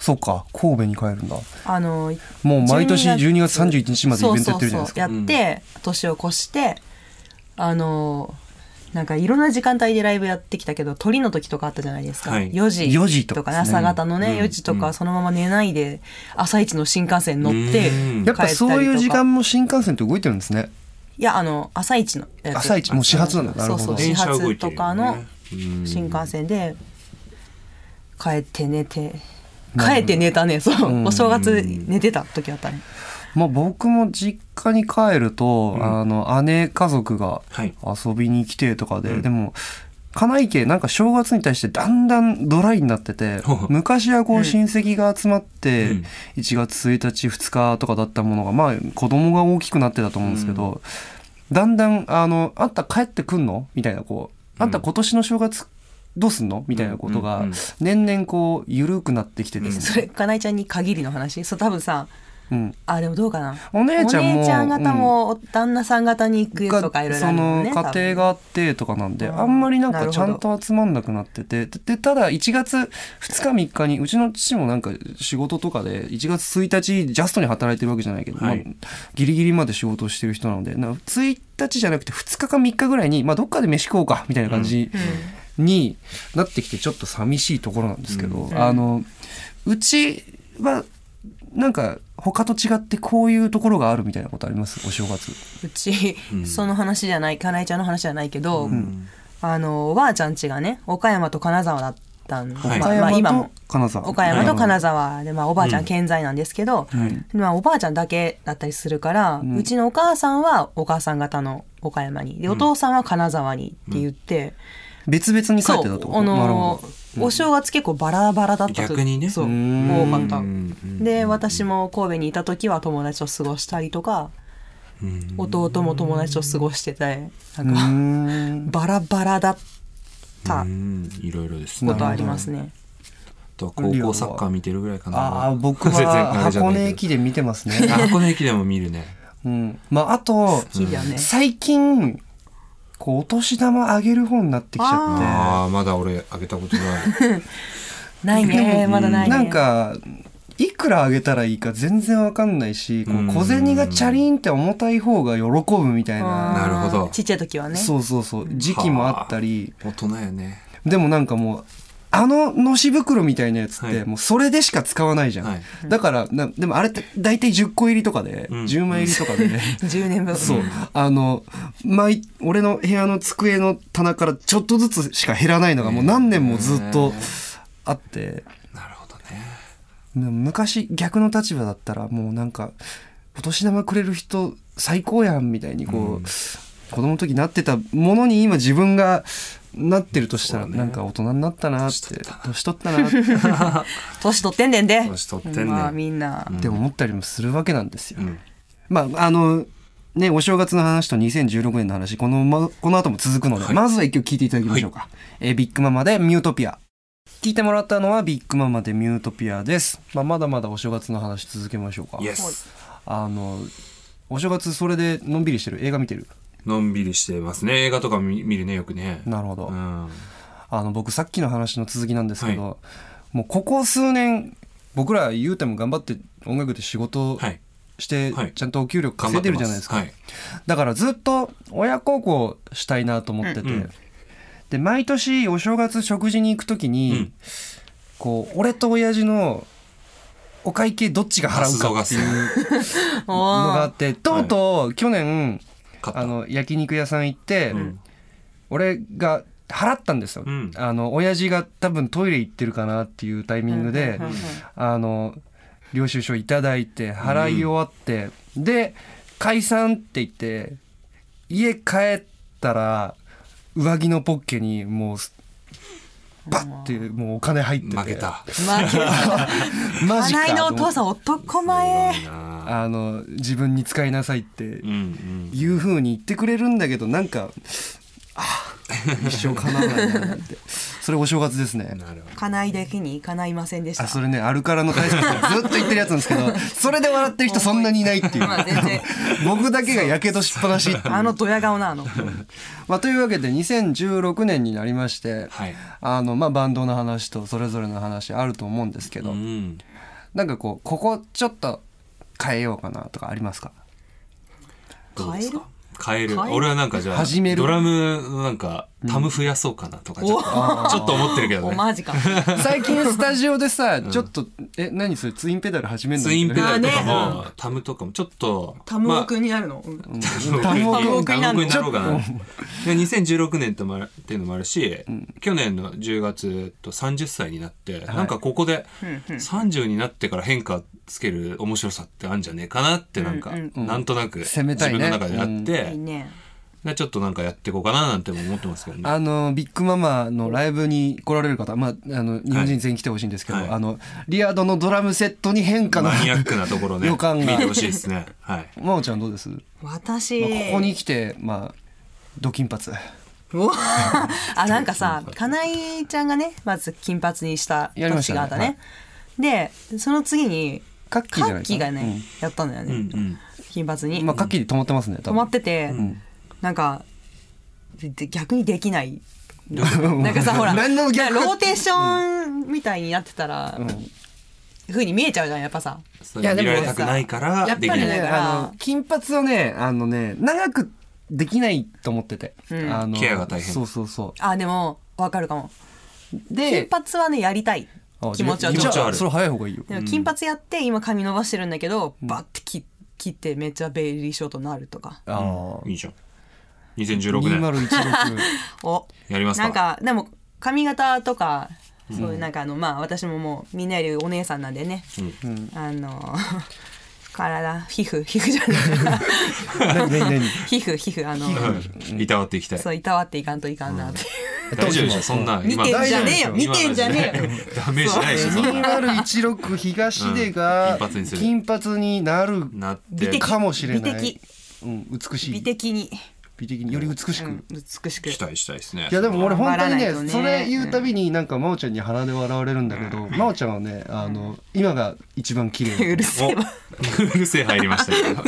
S5: そうか、神戸に帰るんだ。
S7: あの、
S5: もう毎年12月31日までイベントやってるじゃないですか。
S7: そうそうそうやって、年を越して、あの、なんかいろんな時間帯でライブやってきたけど、鳥の時とかあったじゃないですか。
S6: はい
S7: 4時。
S5: 4時と
S7: と
S5: か
S7: かね、
S5: ね
S7: 朝方のね、4時とかそのまま寝ないで、朝一の新幹線乗って帰
S6: うん
S5: やっ
S7: った
S5: ぱ
S7: りと
S5: そ
S7: か。
S5: ういう時間も新幹線って動いてるんですね。
S7: いや、あの、朝一のやつ。
S5: 朝一もう始発なんだな
S7: そ
S5: るほ
S7: う
S5: ど
S7: そう、始
S6: 電車動
S7: 発
S6: いて
S7: と
S6: る
S7: か
S6: よ
S7: の
S6: ね。うん
S7: 新幹線で帰って寝て帰って寝たねそう、お正月寝てた時あったね
S5: まあ僕も実家に帰ると、あの、姉家族が
S6: はい
S5: 遊びに来てとかで、でも、金井家なんか正月に対してだんだんドライになってて 昔はこう親戚が集まって
S6: うん
S5: 1月1日2日とかだったものがまあ子供が大きくなってたと思うんですけど、だんだんあの「あんた帰ってくんの?」みたいなこう「あんた今年の正月どうすんの?」みたいなこと
S6: うん
S5: が
S6: うん
S5: 年々こう緩くなってきてですね、
S7: それかなえちゃんに限りの話そう多分さ
S5: うん
S7: あでもどうかな
S5: お姉ちゃんも
S7: お姉ちゃん方も、旦那さん方に行く
S5: が
S7: とかいろいろある
S5: そ
S7: も
S5: の
S7: んね
S5: 家庭があってとかなんで
S7: 多分
S5: あんまりなん
S7: な
S5: か
S7: るほ
S5: ち
S7: ど
S5: ゃんと集まんなくなっててででただ1月2日3日にうちの父もなんか仕事とかで1月1日ジャストに働いてるわけじゃないけど、
S6: はい
S5: まあ、ギリギリまで仕事をしてる人なのでな1日じゃなくて2日か3日ぐらいに、まあ、どっかで飯食おうかみたいな感じになってきてちょっと寂しいところなんですけど、あのうちはなんか他と違ってこういうところがあるみたいなことありますお正月
S7: うち、その話じゃないかなえちゃんの話じゃないけど、あのおばあちゃん家がね岡山と金沢だったん、
S6: は
S7: まあ
S6: い
S5: 岡
S7: まあ
S5: 山
S7: 今
S5: と
S7: も
S5: 金沢
S7: 岡山と金沢で、まあ、おばあちゃん健在なんですけど、
S5: はい
S7: まあ、おばあちゃんだけだったりするから、うちのお母さんはお母さん方の岡山にでお父さんは金沢にって言って、
S5: 別々に書い
S7: そ
S5: て
S7: う
S5: たってこと
S7: あ
S5: なる
S7: の
S5: ほ
S7: お正月結構バラバラだったと
S6: 逆にね
S7: そう
S6: う
S7: 多かった
S6: うんうん
S7: で私も神戸にいた時は友達と過ごしたりとか
S6: うん
S7: 弟も友達と過ごしてて
S5: ど
S7: な
S5: う
S7: んか
S5: ーん
S7: バラバラだった
S6: うんいろいろですね
S7: ことありますね。
S6: あとは高校サッカー見てるぐらいかな
S5: ああ僕
S6: 全然
S5: は
S6: あれじゃな
S5: 箱
S6: いけど
S5: 根駅伝見てますね
S6: あ箱根駅伝も見るね
S5: うんまああと
S7: 好きだね
S5: 最近こうお年玉あげる方になってきちゃ
S6: ああまだ俺あげたことない
S7: ないねまだな
S5: っ
S7: いね。
S5: てなんかいくらあげたらいいか全然わかんないしこう小銭がチャリンって重たい方が喜ぶみたい
S7: あー
S5: な
S6: なるほど
S7: ちっちゃい時はね。
S5: そうそうそう時期もあったり
S6: 大人やね
S5: でもなんかもうあののし袋みたいなやつっ
S6: は
S5: て
S6: い
S5: もうそれでしか使わないじゃん、
S6: はい
S5: だからなでもあれって大体10個入りとかで、
S6: うん
S5: 10枚入りとかで、
S7: 10年分。
S5: そうあの毎俺の部屋の机の棚からちょっとずつしか減らないのがもう何年もずっとあって、
S6: なるほどね
S5: でも昔逆の立場だったらもうなんかお年玉くれる人最高やんみたいにこう、子供の時なってたものに今自分がなってるとしたら
S6: そうね
S5: なんか大人になったなって年取ったなって
S7: 年取ってんねんで。
S6: 年取ってんねん
S7: まあみんな。
S5: って 思ったりもするわけなんですよ。
S6: ん
S5: まああのねお正月の話と2016年の話この、ま、この後も続くので、まずは一曲聴いていただきましょうか、えービッグママで「ミュートピア」聴いてもらったのは「ビッグママでミュートピア」です、まあ、まだまだお正月の話続けましょうか
S6: イエス
S5: あのお正月それでのんびりしてる映画見てる
S6: のんびりしてますね映画とか見見るねよくね
S5: なるほど、
S6: うん
S5: あの僕さっきの話の続きなんですけど、
S6: は
S5: もうここ数年僕ら言うても頑張って音楽で仕事
S6: はい
S5: して、
S6: はい
S5: ちゃんとお給料
S6: 頑
S5: 稼
S6: 張
S5: い
S6: っ
S5: で
S6: て
S5: る
S6: ま
S5: じゃないですすか、
S6: はい
S5: だからずっと親孝行したいなと思ってて、で毎年お正月食事に行く時に、
S6: うん
S5: こう俺と親父のお会計どっちが払う
S6: 発想
S5: か
S6: が
S5: って
S6: す
S5: いう
S6: ごい
S5: のがあってとうとう去年、
S6: 勝った
S5: あの焼肉屋さん行って、
S6: うん
S5: 俺が払ったんですよ、
S6: うん
S5: あの親父が多分トイレ行ってるかなっていうタイミングで、
S7: うんうんうんうん
S5: あの領収書いただいて払い終わって、で解散って言って家帰ったら上着のポッケにもうバッてもうお金入ってて
S6: 負けた
S7: まあ、
S5: マジか
S7: 花井のお
S5: と
S7: 父
S5: 思って
S7: さん男前。
S6: なあ
S5: あの自分に使いなさいって、
S6: うんうん
S5: いうふうに言ってくれるんだけどなんかああ一生叶わな いなってそれお正月ですね
S6: なるほど
S7: 叶いだけに叶いませんでした
S5: あ。それねアルカラの大切さずっと言ってるやつなんですけどそれで笑ってる人そんなにいないってい う
S7: まあ全然
S5: 僕だけがやけどしっぱな しっていう
S7: あのドヤ顔なあの。
S5: まあ、というわけで2016年になりまして、
S6: はい
S5: あのまあ、バンドの話とそれぞれの話あると思うんですけど、
S6: うん
S5: なんかこうここちょっと変えようかなとかありますか
S6: どうですか変える
S7: 変える
S6: 俺はなんかじゃあ
S5: 始める
S6: ドラムのなんかタム増やそうかなとかちょっとちょっと思ってるけど
S7: お
S6: ね
S7: マジか。
S5: 最近スタジオでさちょっと、え何それツインペダル始めるの
S6: ツインペダルとか
S7: あ
S6: もタムとかもちょっと
S7: タムオ
S6: まあ
S7: 君になるの。うん
S6: 単
S5: 単語
S6: 語
S7: 送りなんだ
S6: になろうかな。で2016年ともあるっていうのもあるし、去年の10月と30歳になって、なんかここで30になってから変化つける面白さってあるんじゃねえかなってなんか、なんとなく自
S5: 攻めたいね
S6: 分の中であっ
S7: いい
S6: て、
S7: ね。
S6: でちょっとなんかやっていこうかななんても思ってますけどね。
S5: あのビッグママのライブに来られる方、まあ、あの日本人全員来てほしいんですけど、
S6: はい
S5: あのリアドのドラムセットに変化の
S6: マニアックなところね、
S5: 予感
S6: 見
S5: が
S6: てほしいですね。はい。
S5: 真央ちゃんどうです、ま
S7: 私。
S5: あここに来て、まあ、ドキン髪
S7: おあなんかさ金井ちゃんがねまず金髪にした
S5: やりまし
S7: 年
S5: たね
S7: があったねでその次に
S5: カッキーじゃ
S7: カ
S5: な
S7: ッ
S5: いか
S7: キ
S5: な
S7: ーがね、やったんだよね、
S6: うんうん。
S7: 金髪に、
S5: まあ、カッキーで止まってますね多
S7: 止
S5: 分
S7: まってて、なんかで逆にでき ないなんかさほら
S5: 何の逆
S7: なんかローテーションみたいになってたら、ふうに見えちゃうじゃんやっぱさ
S6: それ見られたくないから、でき
S7: やっぱり
S6: ない。
S7: ね
S5: あの金髪はねあのね長くできないと思ってて、あの
S6: ケアが大変
S5: そうそうそ
S7: あでもわかるかも
S5: うで
S7: 金髪はねやりたい
S5: あ
S7: 気持ちは
S5: じゃ
S6: 気持ちはあ
S5: あ
S6: る
S5: それ早い方がいいよ
S7: でも金髪やって今髪伸ばしてるんだけど、バッて切切ってめっちゃベリーショートになるとか
S5: あー
S6: いいじゃん。2016年
S5: 2016
S7: お
S6: やりますか
S7: なんかでも髪型とかそういうなんかあの、まあ私ももうみんなよりお姉さんなんでね、あの 体皮膚皮膚じゃない
S5: 何何何
S7: 皮膚皮膚あの
S6: いたわっていきたい。
S7: そういたわっていかんといかんなって、
S6: 大丈夫でしょそんな。
S7: 見てんじゃねえよ
S6: 今
S7: 見
S6: の
S7: てんじゃねえよ
S6: 今のダメージないでしょ、そんな。
S5: 2016東出が
S6: うん金髪にする
S5: 金髪になる
S6: なっ
S7: 美
S6: て
S7: 的
S5: かもしれない
S7: 美的
S5: うん美し
S7: 美
S5: い
S7: 的に、
S5: 美的により美し
S7: う
S5: く
S7: ん、美しく
S6: 期待したいですね。
S5: いやでも俺本当
S7: 頑張
S5: に
S7: らないと
S5: ね
S7: ね
S5: それ言うたびになんか真央ちゃんに鼻で笑われるんだけど真央ちゃんはねあの今が一番綺麗
S7: うるせえわ
S6: おうるせえ入りましたけど。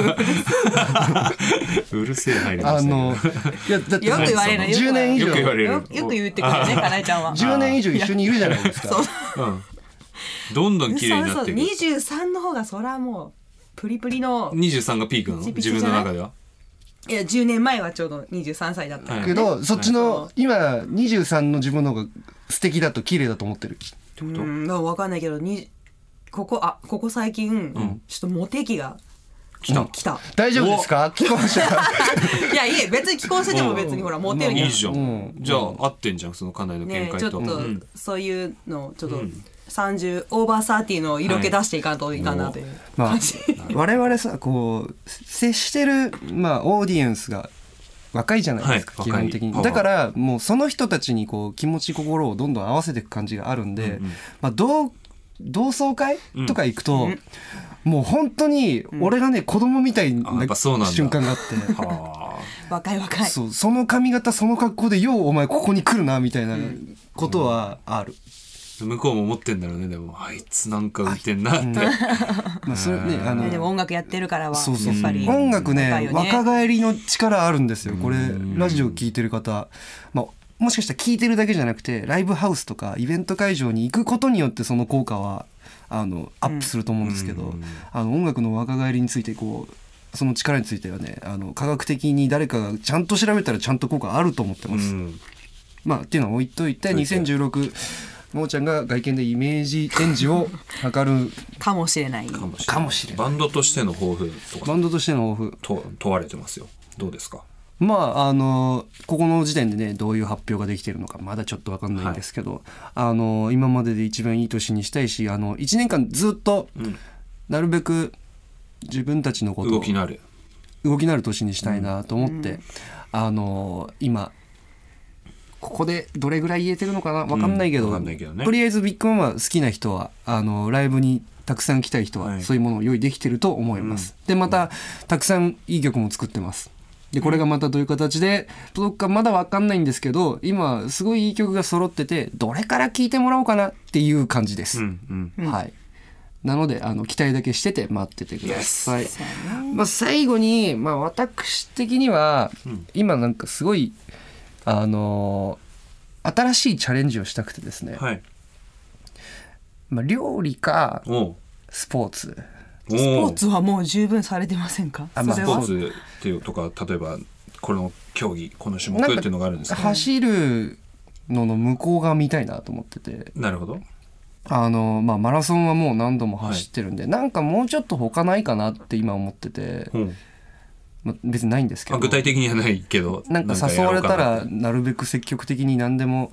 S6: うるせえ入りま
S5: あ
S6: したけど。
S5: のいやだって
S7: よく言われる
S5: 10年以
S6: よく言わ
S5: 上
S6: れる。
S7: よよく言ってくるよねかなえちゃんは
S5: 10年以上一緒にいるじゃないですか
S6: うん。どんどん綺麗になっていく。
S7: 嘘嘘23の方がそらもうプリプリの
S6: 23がピークなの
S7: ピチピ
S6: 自
S7: チ
S6: 分の中ではい
S7: や10年前はちょうど23歳だったから、
S5: けどそっちの今23の自分の方が素敵だと綺麗だと思ってる
S7: うんだから分かんないけどにここあここ最近、ちょっとモテ期が
S6: 来た
S7: 来た
S5: 大丈夫ですか既婚者
S7: いやいえ別に既婚してても別にほらモテるじゃ
S6: い
S7: ん
S6: いじゃんじゃあ合ってんじゃんその家内の見
S7: ね
S6: 解
S7: ちょっ
S6: と
S7: と
S6: うん
S7: そういうのをちょっと30オーバーサーティの色気出していかんといかんなという
S5: まあ
S7: 感じ、、
S5: 我々さこう接してる、まあ、オーディエンスが若いじゃないですか、
S6: はい
S5: 基本的
S6: 若
S5: に
S6: い
S5: だからもうその人たちにこう気持ち心をどんどん合わせていく感じがあるんで、まあ、同同窓会とか行くと、もう本当に俺がね、子供みたいな
S6: あやっぱそうなんだ
S5: 瞬間があって。
S6: あ
S7: 若い若い
S5: そうその髪型その格好でようお前ここに来るなみたいなことはある、
S6: ー向こうも思ってんだろうねでもあいつなんか打ってんなって
S5: まあそれねあの
S7: でも音楽やってるからは
S5: そうそう
S7: やっぱり
S5: 音楽
S7: 若
S5: ね
S7: いよ
S5: 若返りの力あるんですよこれラジオ聞いてる方、まあ、もしかしたら聞いてるだけじゃなくてライブハウスとかイベント会場に行くことによってその効果はあのアップすると思うんですけど、あの音楽の若返りについてこうその力についてはねあの科学的に誰かがちゃんと調べたらちゃんと効果あると思ってます。
S6: うん
S5: まあ、っていうのは置いといて2016もーちゃんが外見でイメージチェンジを図る
S7: かもしれない
S5: かもしれない
S6: バンドとしての抱負と
S5: バ
S6: か
S5: ンドとしての抱負
S6: と問われてますよどうですか
S5: まああのここの時点でねどういう発表ができてるのかまだちょっと分かんないんですけど、あの今までで一番いい年にしたいしあの1年間ずっとなるべく自分たちのことを
S6: 動きのある
S5: 動きのある年にしたいなと思って、あの今ここでどれぐらい言えてるのかな分かんないけど,、
S6: わかんないけどね
S5: とりあえずビッグママ好きな人はあのライブにたくさん来たい人は、
S6: はい
S5: そういうものを用意できてると思います、でまたたくさんいい曲も作ってますでこれがまたどういう形で届くかまだ分かんないんですけど今すごいいい曲が揃っててどれから聴いてもらおうかなっていう感じです、
S6: うん
S5: はい。なのであの期待だけしてて待っててください。まあ最後にまあ私的には、今なんかすごいあのー新しいチャレンジをしたくてですね。
S6: はい
S5: まあ料理か
S6: おう
S5: スポーツ。
S6: おう
S7: スポーツはもう十分されてませんか
S5: あ
S7: そ
S5: まあ
S7: れ
S6: スポ
S7: は
S6: ーツっていうとか例えばこの競技この種目
S5: な
S6: っ
S5: ん
S6: て
S5: か
S6: いうのがあるんですか
S5: 走るのの向こう側見たいなと思ってて、
S6: なるほど
S5: あのーまあマラソンはもう何度も走ってるんで、なんかもうちょっと他ないかなって今思ってて、
S6: うん
S5: まあ別にないんですけ
S6: あ
S5: ど。
S6: 具体的にはないけど
S5: なんか誘
S6: や
S5: わ
S6: ろ
S5: れ
S6: うか
S5: た
S6: な
S5: らなるべく積極的に何でも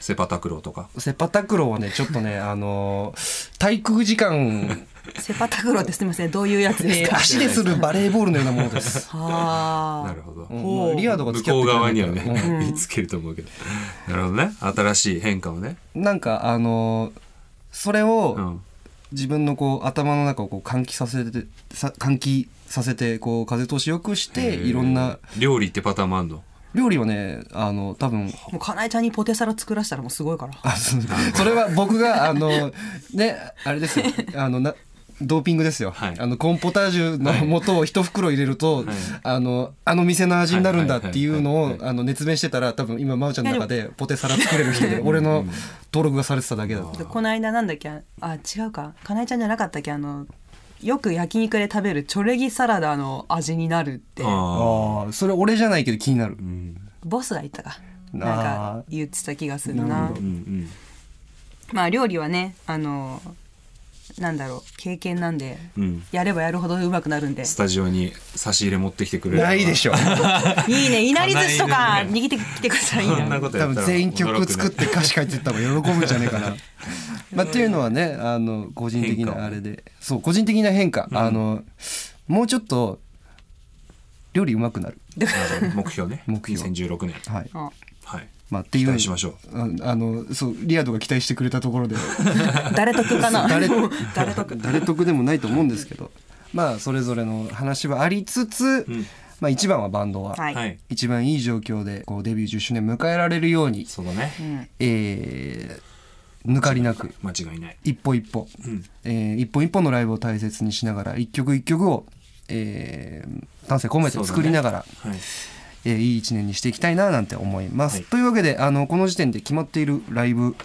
S6: セパタクローとか
S5: セパタクローはねちょっとねあのー体育時間
S7: セパタクローってすみませんどういうやつですか
S5: 足でするバレーボールのようなものです。
S7: あー
S6: なるほど
S5: うんまあリアドが
S6: 向
S5: 付き
S6: こ
S5: 合っ
S6: う
S5: てく
S6: 側
S5: れ
S6: に
S5: な
S6: はい
S5: から
S6: ね、見つけると思うけどなるほどね新しい変化をね、
S5: うん なんかあのーそれ
S6: う
S5: を
S6: ん、
S5: 自分のこう頭の中をこう換気させてさ換気させてこう風通しよくしていろんな
S6: 料理ってパターンもあんの
S5: 料理はねあの多分
S7: もうかなえちゃんにポテサラ作らせたらもうすごいから
S5: あそうそれは僕があのねあれですよ あのなドーピングですよ、
S6: はい
S5: あのコーンポタージュの素を一袋入れると、あのあの店の味になるんだっていうの
S6: はい
S5: を
S6: はいはい
S5: あの熱弁してたら多分今真央ちゃんの中でポテサラ作れる人で俺の登録がされてただけだった
S7: でこの間なんだっけあ違うかかなえちゃんじゃなかったっけあのよく焼肉で食べるチョレギサラダの味になるって
S6: あ
S5: ああそれ俺じゃないけど気になる、
S7: ボスが言ったかなんか言ってた気がするな
S6: あうん
S7: まあ料理はねあのなんだろう経験なんで、
S6: うん
S7: やればやるほどうまくなるんで
S6: スタジオに差し入れ持ってきてくれる
S5: ない でしょ
S7: いいねいなり寿司とか
S6: ないね
S7: 握ってきてくれたらいい
S6: そんな
S7: な
S6: こと
S5: 多
S6: やった
S5: 分
S6: ら
S5: 全員曲作っ
S6: 驚くね
S5: て歌詞書いてった方が喜ぶんじゃねえ かな。まあ、っていうのはねあの個人的
S6: 変化を
S5: なあれでそう個人的な変化、あのもうちょっと料理うまくなる、
S6: なるほど目標ね
S5: 目標
S6: 2016年
S5: はい
S7: あ
S6: はい
S5: まあ、っていう
S6: 期待しましょう
S5: うんあのそうリアドが期待してくれたところで
S7: 誰得かな
S5: 誰
S7: 誰得
S5: 誰得でもないと思うんですけどまあそれぞれの話はありつつ、まあ、一番はバンドは、
S7: はい、
S6: はい
S5: 一番いい状況でこうデビュー10周年迎えられるように、
S6: そうだね
S5: えー抜かりなく
S6: 間違いない
S5: 一歩一歩、えー一本一本のライブを大切にしながら一曲一曲を、えー、丹精込めて作りながら、
S6: はい
S5: えーいい一年にしていきたいななんて思います。
S6: はい
S5: というわけであのこの時点で決まっているライブ、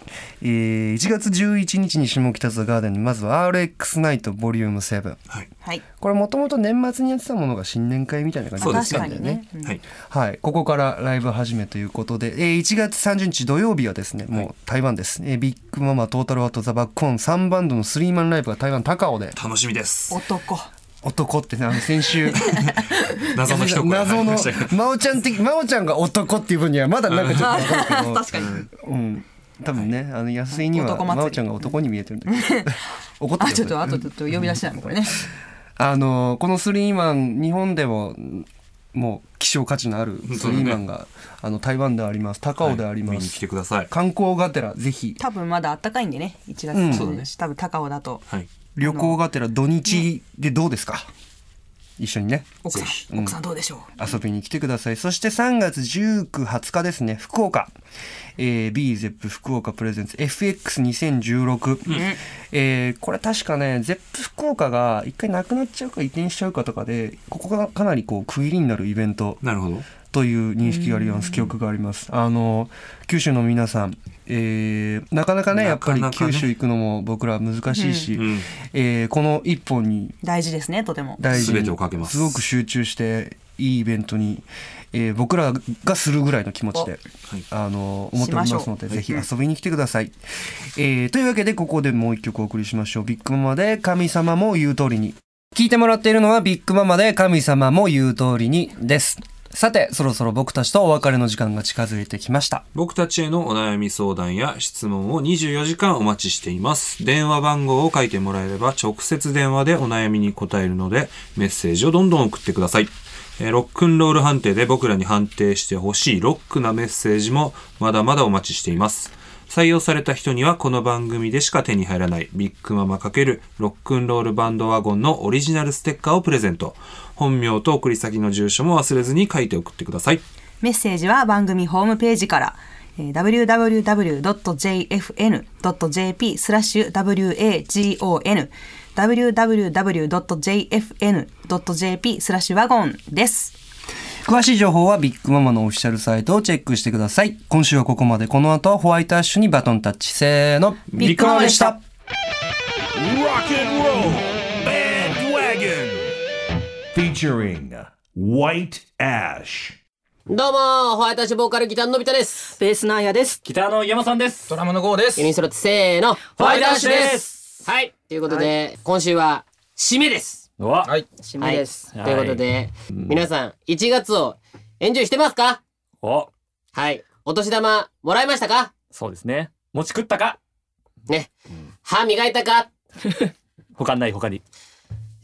S5: えー1月11日に下北沢ガーデンにまずは RX ナイトボリューム7
S6: はい
S7: はい、
S5: これもともと年末にやってたものが新年会みたいな感じ
S6: そう
S5: だ
S6: で
S5: っ
S6: す
S7: 確か
S6: ね
S5: たんだよ
S7: にね、
S5: ね。
S7: うん
S6: はい
S5: はい、ここからライブ始めということで、えー1月30日土曜日はですねもう台湾です、えービッグママトータルワットザバックオン3バンドのスリーマンライブが台湾高尾で
S6: 楽しみです
S7: 男
S5: 男ってねあの先週
S6: 謎の一声
S5: 謎
S6: 入
S5: の
S6: りましたけど
S5: 真央ちゃん的真央ちゃんが男っていう分にはまだなんかちょっと分かるけ ど
S7: 確かに、
S5: うん、多分ねあの安井には
S7: 男祭り
S5: 真央ちゃんが男に見えてるんだけど怒って
S7: あ
S5: る
S7: ちょっとあとちょっと呼び出しないもんこれね
S5: あのこのスリーマン日本でももう希少価値のあるスリーマンが、あの台湾であります高尾であり
S6: 見
S5: ま
S6: に
S5: す
S6: 来、てください
S5: 観光がてらぜひ
S7: 多分まだ暖かいんでね1月、
S5: うん
S6: そうだね
S7: 多分高尾だと
S6: はい
S5: 旅行がてら土日でどうですか、一緒にね
S7: 奥さ
S6: ぜひ
S7: ん奥さんどうでしょう、
S5: 遊びに来てくださいそして3月19、20日ですね福岡、えー、BZEP 福岡プレゼンツ FX2016、えーこれ確かね ZEP 福岡が一回なくなっちゃうか移転しちゃうかとかでここがかなりこう区切りになるイベント
S6: なるほど
S5: という認識があります記憶がありますあの九州の皆さん、えーなかなかねやっぱり
S6: なかなかね
S5: 九州行くのも僕ら難しいし、
S6: うん
S5: えーこの一本に
S7: 大事ですねとても
S5: 大事に
S6: 全てをかけます
S5: すごく集中していいイベントに、えー僕らがするぐらいの気持ちで、あの思っておりますのでぜひ遊びに来てください、えーというわけでここでもう一曲お送りしましょうビッグママで「神様も言う通りに」聞いてもらっているのはビッグママで「神様も言う通りに」ですさてそろそろ僕たちとお別れの時間が近づいてきました
S6: 僕たちへのお悩み相談や質問を24時間お待ちしています。電話番号を書いてもらえれば直接電話でお悩みに答えるのでメッセージをどんどん送ってください。えーロックンロール判定で僕らに判定してほしいロックなメッセージもまだまだお待ちしています。採用された人にはこの番組でしか手に入らないビッグママ×ロックンロールバンドワゴンのオリジナルステッカーをプレゼント。本名と送り先の住所も忘れずに書いて送ってください。
S7: メッセージは番組ホームページから、えー www.jfn.jp スラッシュ wagon www.jfn.jp スラッシュワゴンです。
S5: 詳しい情報はビッグママのオフィシャルサイトをチェックしてください今週はここまでこの後はホワイトアッシュにバトンタッチせーの
S7: ビッグママでした
S4: Rock and Roll Bandwagon featuring White Ash.
S8: どうもホワイトアッシュボーカルギターののび太です。ベースのあやです。
S9: ギターの山さんです。ドラムのゴーです
S8: ユニスロってせーの、ホ。
S9: ワイトアッシュです
S8: はい、ということで、今週は、締めです。
S9: はい。
S8: 締めです。
S9: はい
S8: ということで、皆さん、1月をエンジョイしてますか
S9: お、
S8: はい。お年玉、もらいましたか
S9: そうですね。餅食ったか
S8: ね。歯磨いたか
S9: 他ない他に。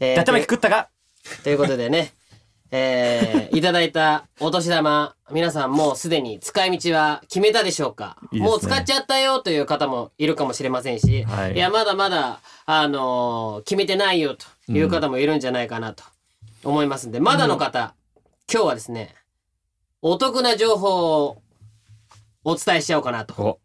S8: えー
S9: だってまき食ったか
S8: ということでね、 えー、いただいたお年玉、皆さんもうすでに使い道は決めたでしょうか
S9: いいですね
S8: もう使っちゃったよという方もいるかもしれませんし、
S9: はい
S8: い、や、まだまだ、あのー決めてないよという方もいるんじゃないかなと思いますんで、まだの方、今日はですね、お得な情報をお伝えしちゃおうかなと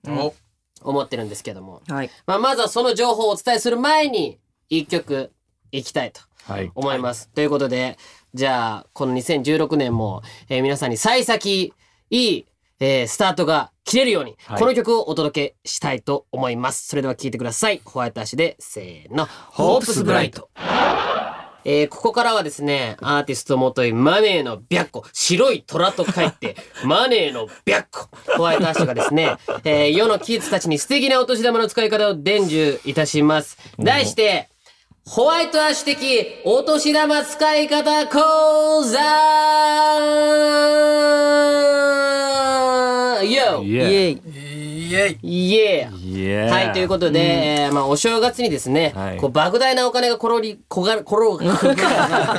S8: 思ってるんですけども、
S7: はい。
S8: まあ、まずはその情報をお伝えする前に、一曲いきたいと
S9: はい。
S8: 思います。ということで、じゃあ、この2016年も、えー皆さんに幸先いい、えースタートが切れるように、
S9: はい
S8: この曲をお届けしたいと思います。それでは聴いてください。ホワイトアッシュで、せーの、ホープスブライト。えーここからはですね、アーティストもといマネーの白個、白い虎と書いて、マネーの白個、ホワイトアッシュがですね、えー世のキッズたちに素敵なお年玉の使い方を伝授いたします。題して、ホワイトアッシュ的お年玉使い方講座よイ
S9: Yeah
S8: エイ
S7: イエイ
S8: イエー
S9: イエー
S8: はい、ということで、えーまあ、お正月にですね、
S9: はい
S8: こう莫大なお金が転り、こ が、転が、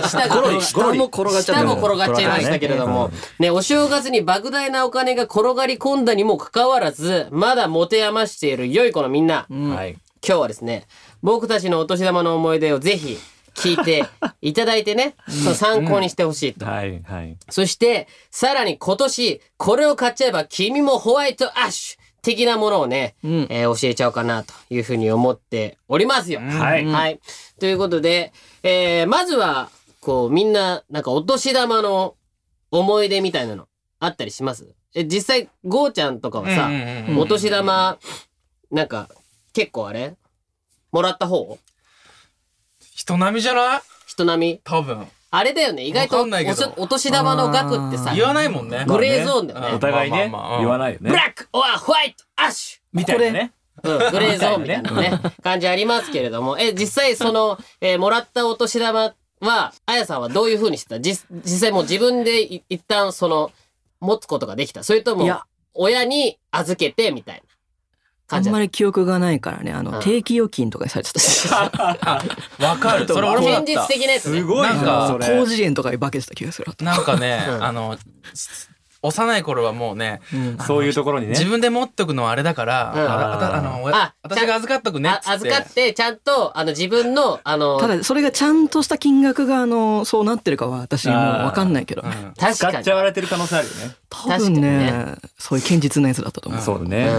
S8: 下が
S9: 下も転がっちゃった
S8: 下も転がっちゃいましたけれども、ね、お正月に莫大なお金が転がり込んだにもかかわらず、まだ持て余している良い子のみんな、
S9: はい。
S8: 今日はですね、僕たちのお年玉の思い出をぜひ聞いていただいてね、その参考にしてほしいと。
S9: はい。はい。
S8: そして、さらに今年、これを買っちゃえば君もホワイトアッシュ的なものをね、えー教えちゃおうかなというふうに思っておりますよ。
S9: はい
S8: はい。ということで、えーまずは、こう、みんな、なんかお年玉の思い出みたいなの、あったりしますえ、実際、ゴーちゃんとかはさ、お年玉、なんか、結構あれもらった方
S10: 人並みじゃない
S8: 人並み
S10: 多分
S8: あれだよね、意外と
S10: わ
S8: お
S10: かんないけど
S8: そお年玉の額ってさ、
S10: 言わないもんね
S8: グレーゾーンだよね。
S9: お互いね、
S10: まあまあまあ
S9: 言わないよね。
S8: ブラックオアホワイトアッシュ
S9: みたいなね。
S8: うん、グレーゾーンみたいな
S9: みたい
S8: ね、感じありますけれども、え、実際その、えーもらったお年玉は、あやさんはどういう風にしてた実実際もう自分でい一旦その、持つことができたそれとも
S11: いや、
S8: 親に預けてみたいな
S11: あ
S8: 感じ
S11: ん
S8: だ
S11: ま
S8: っ
S11: り記憶がないからね、あ
S8: うん
S11: の、定期預金とかにされてたし、
S10: わかるそれ
S8: た
S10: 俺もだっ
S8: 現実
S10: た
S8: 的なやつね。
S9: ご
S10: なんか
S11: 高次元とかに化けてた気がする。
S10: なんか ね
S8: うん
S10: あの幼い頃はもうね
S9: そういうところにね
S10: 自。分で持っとくのはあれだから、
S8: うん
S10: あたあのお
S8: あ
S10: や私が預かっとくねっ
S8: あ
S10: つって
S8: 預かって、ちゃんと、あの、自分の、あの、
S11: ただ、それがちゃんとした金額が、あの、そうなってるかは私もうわかんないけど、
S8: 確
S9: 使
S8: か
S9: っ
S8: に
S9: ち。ゃわれてる可能性あるよね。
S11: 多分ね
S8: 確
S11: そういう堅実なやつだったと思う。
S9: そうだね。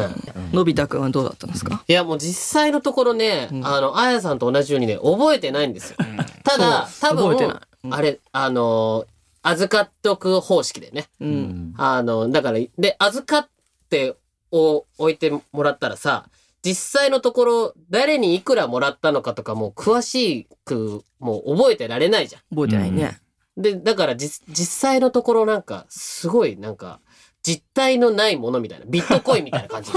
S11: のび太くんはどうだったんですか
S8: いや、もう実際のところね、あの、あやさんと同じようにね、覚えてないんですよ。ただ、
S11: そ
S8: 多
S11: う
S8: 分、
S11: 覚えてない
S8: あれ、あのー預かっておく方式でね。
S11: うん。
S8: あの、だから、で、預かってを置いてもらったらさ、実際のところ、誰にいくらもらったのかとかも、詳しく、もう覚えてられないじゃ
S11: 覚えてないね。
S8: ん。で、だから実、実際のところなんか、すごい、なんか、実体のないものみたいな、ビットコインみたいな感じ。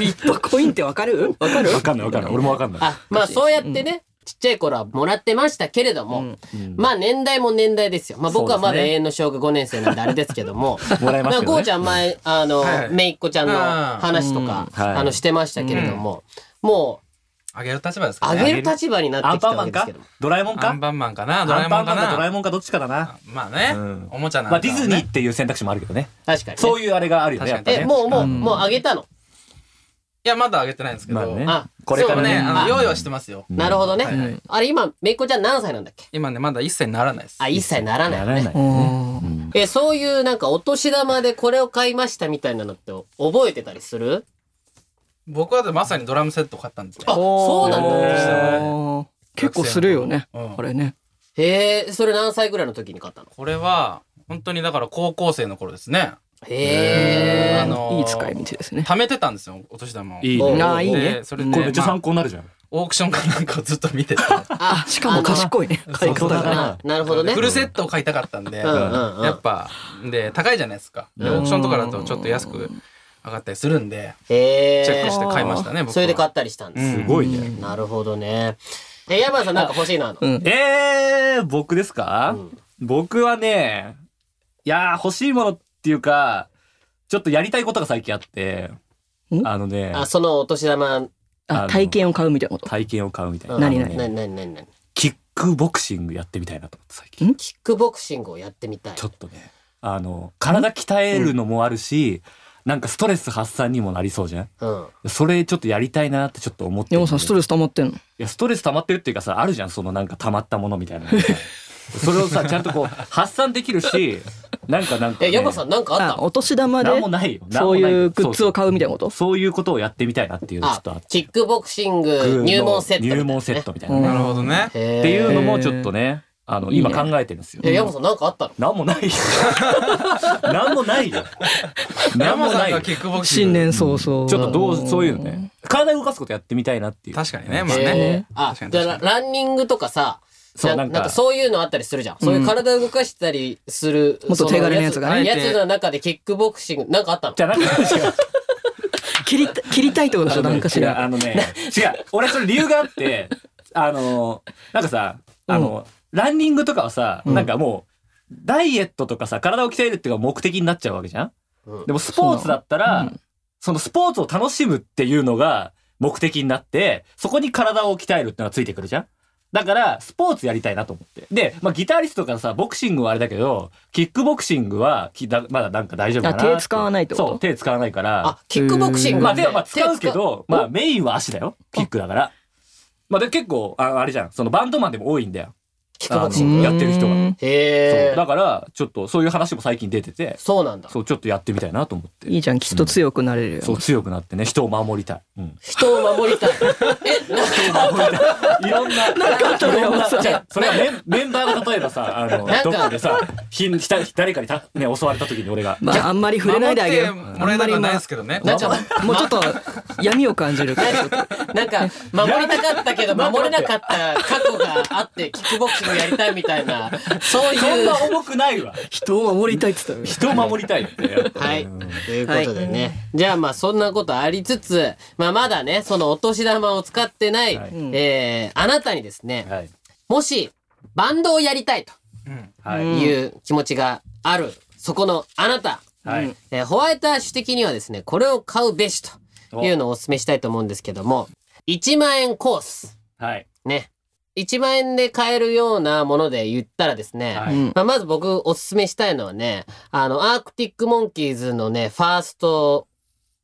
S11: ビットコインってわかるわかる
S9: わかんないわかんない。俺もわかんない。
S8: あ、まあそうやってね、ちっちゃい頃はもらってましたけれども、まあ年代も年代ですよ。まあ僕はまだ永遠の小学5年生なんであれですけども、
S9: もらいますけどね
S8: ゴーちゃん前、あの、
S10: はい
S8: めいっ子ちゃんの
S10: うん
S8: 話とか、
S9: うんはい
S8: あの、してましたけれども、もう、
S10: あげる立場ですか
S8: あ
S10: ね
S8: げる立場にな
S9: ア
S8: って
S9: ン
S8: きた
S9: パンマ
S8: わけ
S9: ン
S8: です
S9: か
S8: けども。
S9: ドラえもん
S10: ア
S9: か
S10: ンパンマンかなドラ
S9: ア
S10: え
S9: ンパ
S10: もん
S9: ン
S10: か
S9: マンかドラ
S10: な
S9: えもんかどっちかだな。
S10: まあね、
S9: うん
S10: おもちゃなん
S9: まあ
S10: だか
S9: デ
S10: ら
S9: ィ
S10: ね
S9: ズニーっていう選択肢もあるけどね。
S8: 確かに、ね。
S9: そういうあれがあるよね。やっ
S10: 確
S9: ぱ
S10: かに
S8: え、
S9: ね。
S8: もうもう、
S11: うん
S8: もうあげたの。
S10: いやまだあげてないんですけど、
S9: まあね。
S8: あ
S9: これか
S10: でも
S9: ら
S10: ね
S9: ね。
S10: あの
S8: あ
S10: 用意はしてますよ
S8: なるほどね。
S10: はいはい
S8: あれ今、めいっ子ちゃん何歳なんだっけ
S10: 今ねまだ一切ならないです
S8: あ、一切ならない
S9: や
S8: よ
S9: ら
S8: ね。
S9: ない。
S11: うん
S8: え、そういうなんかお年玉でこれを買いましたみたいなのって覚えてたりする
S10: 僕はまさにドラムセット買ったんですよ
S8: あ、そうなんだ。
S11: あー結構するよね、
S10: うん
S11: これね。
S8: へえ、それ何歳ぐらいの時に買ったの
S10: これは本当にだから高校生の頃ですね
S8: へ
S10: あ
S8: え。
S10: のー
S11: いい使い道ですね。
S10: 貯めてたんですよお年玉を
S9: いい
S8: お
S9: ね。
S11: ああ、いいね
S10: で。それで、
S9: これめっちゃ
S10: まあ
S9: 参考になるじゃん。
S10: オークションかなんかをずっと見てて
S8: あ
S11: しかも賢いね。買い方
S9: そう
S11: が。
S8: あなるほどね
S10: フ。ルセットを買いたかったんで、
S8: うんうんうん
S10: やっぱで高いじゃないですかでオークションとかだとちょっと安く上がったりするんで
S8: へ
S10: チェック
S8: え
S10: し。て買いましたね僕は
S8: それで買ったりしたんです
S9: す。ごいね。
S8: なるほどね。え、山田さんなんか欲しいなの。
S9: えー、僕ですか
S8: うん
S9: 僕はね、いやー欲しいものっていうか、ちょっとやりたいことが最近あって、
S11: ん
S9: あのね、
S8: あ、そのお年玉。
S9: あの
S11: あ、体験を買うみたいなこと。
S9: 体験を買うみたいな。
S8: うん
S11: 何
S9: あのね
S11: 々
S8: なになになになに
S9: キックボクシングやってみたいなと思って最近。
S8: キックボクシングをやってみたい
S9: ち。ょっとね、あの、体鍛えるのもあるし、なんかストレス発散にもなりそうじゃん
S8: うん。
S9: それちょっとやりたいなってちょっと思ってる
S11: 山本さん、ストレス溜まってんの
S9: いや、ストレス溜まってるっていうかさ、あるじゃん、そのなんか溜まったもの みたいなのがさ。それをさ、ちゃんとこう、発散できるし、なんかなんか、
S8: え、
S9: ね。
S8: 山田さんなんかあった
S11: あ、お年玉で
S9: なんもないよ。
S11: そういうグッズを買うみたいなこ
S9: そう
S11: と
S9: そういうことをやってみたいなっていうのちょっとあ
S8: あ
S9: っ、
S8: キックボクシン
S9: て
S8: グ入門セットみたいなね。
S9: 入門セットみたいな
S11: うん
S9: ね。
S10: なるほどね
S8: へえ。
S9: っていうのもちょっとね、あの、
S11: いい
S9: 今
S11: ね
S9: 考えてるんですよ。
S8: え、山田さんなんかあったの
S9: な んもないよ。 なんもないよ。 なん
S10: 山
S9: も
S10: さ
S9: なんいよ。
S10: がキ
S9: ちょっ
S10: ックボクシ
S11: 新
S10: ング
S11: 年早々。
S9: とどう、そういうのね。体を動かすことやってみたいなっていう。
S10: 確かにねまあ
S8: え
S10: ね、
S8: ーあ
S10: 確かに
S8: じゃ
S10: 確
S8: あ
S10: か
S8: ラ
S10: に
S8: ランニングとかさ
S9: そう
S8: な
S9: なんん
S8: か
S9: か
S8: そういうのあったりするじゃん、そういう体動かしたりする
S11: もっと手軽なやつがね
S8: そのやつの中でキックボクシングなんかあったの
S9: じゃなくて
S11: 切りた切りたいってことでしょなんかし
S9: 違う
S11: ら
S9: あのね 違う俺それ理由があって あのなんかさあの、ランニングとかはさ、なんかもうダイエットとかさ体を鍛えるっていうのが目的になっちゃうわけじゃん、でもスポーツだったらそ,、のスポーツを楽しむっていうのが目的になってそこに体を鍛えるっていうのがついてくるじゃんだからスポーツやりたいなと思ってで、まあ、ギタリストとかさボクシングはあれだけどキックボクシングはきだまだなんか大丈夫かな
S11: あ手使わないってこと
S9: そう手使わないからあ
S8: キックボクシング
S9: まあ手はまあ
S8: 手使
S9: 使
S8: う
S9: うけど、まあメインは足だよ。キックだから。まあで結構、ああれじゃん。そのバンドマンでも多いんだよ。
S8: キックボクシング
S9: あのやってる人が。
S8: へ
S9: そうだから、ちょっとそういう話も最近出てて。
S8: そうなんだ。
S9: そう、ちょっとやってみたいなと思って。
S11: いいじゃんきっと強くなれるよ、
S9: そう、強くなってね、人を守りたい。 うん。
S8: 人を 守りたい
S9: いろんな、なん
S11: かあったのよ
S9: いろんな
S11: さ
S9: じゃあそれはメン メンバーが例えばさ、あの
S8: なんか、
S9: どっかでさ、ひんひた誰かにた、ね、襲われた時に俺が。
S11: まああんまり触れないであげよう
S10: 守ってもらえたくはないですけどね
S11: あんまりまあもうちょっと闇を感じ るから
S8: なんか守りたかったけど守れなかった過去があってキックボクシングやりたいみたいなそう
S9: そ
S8: い
S9: ん
S8: う
S9: な重くないわ。
S11: 人を守りたいって言ってた
S9: 人を守りたいって。やっぱ
S8: はい。ということでね。じゃあまあそんなことありつつ、まあまだね、そのお年玉を使ってない、
S9: はい
S8: えーあなたにですね、
S9: はい。
S8: もしバンドをやりたいと
S9: はい。
S8: いう気持ちがある、そこのあなた、
S9: はい。
S8: えーホワイトアッシュ的にはですね、これを買うべしというのをお勧めしたいと思うんですけども、1万円コース。
S9: はい。
S8: ね。1万円で買えるようなもので言ったらですね、
S9: はい
S8: まあ、まず僕おすすめしたいのはね、あの、アークティックモンキーズのね、ファースト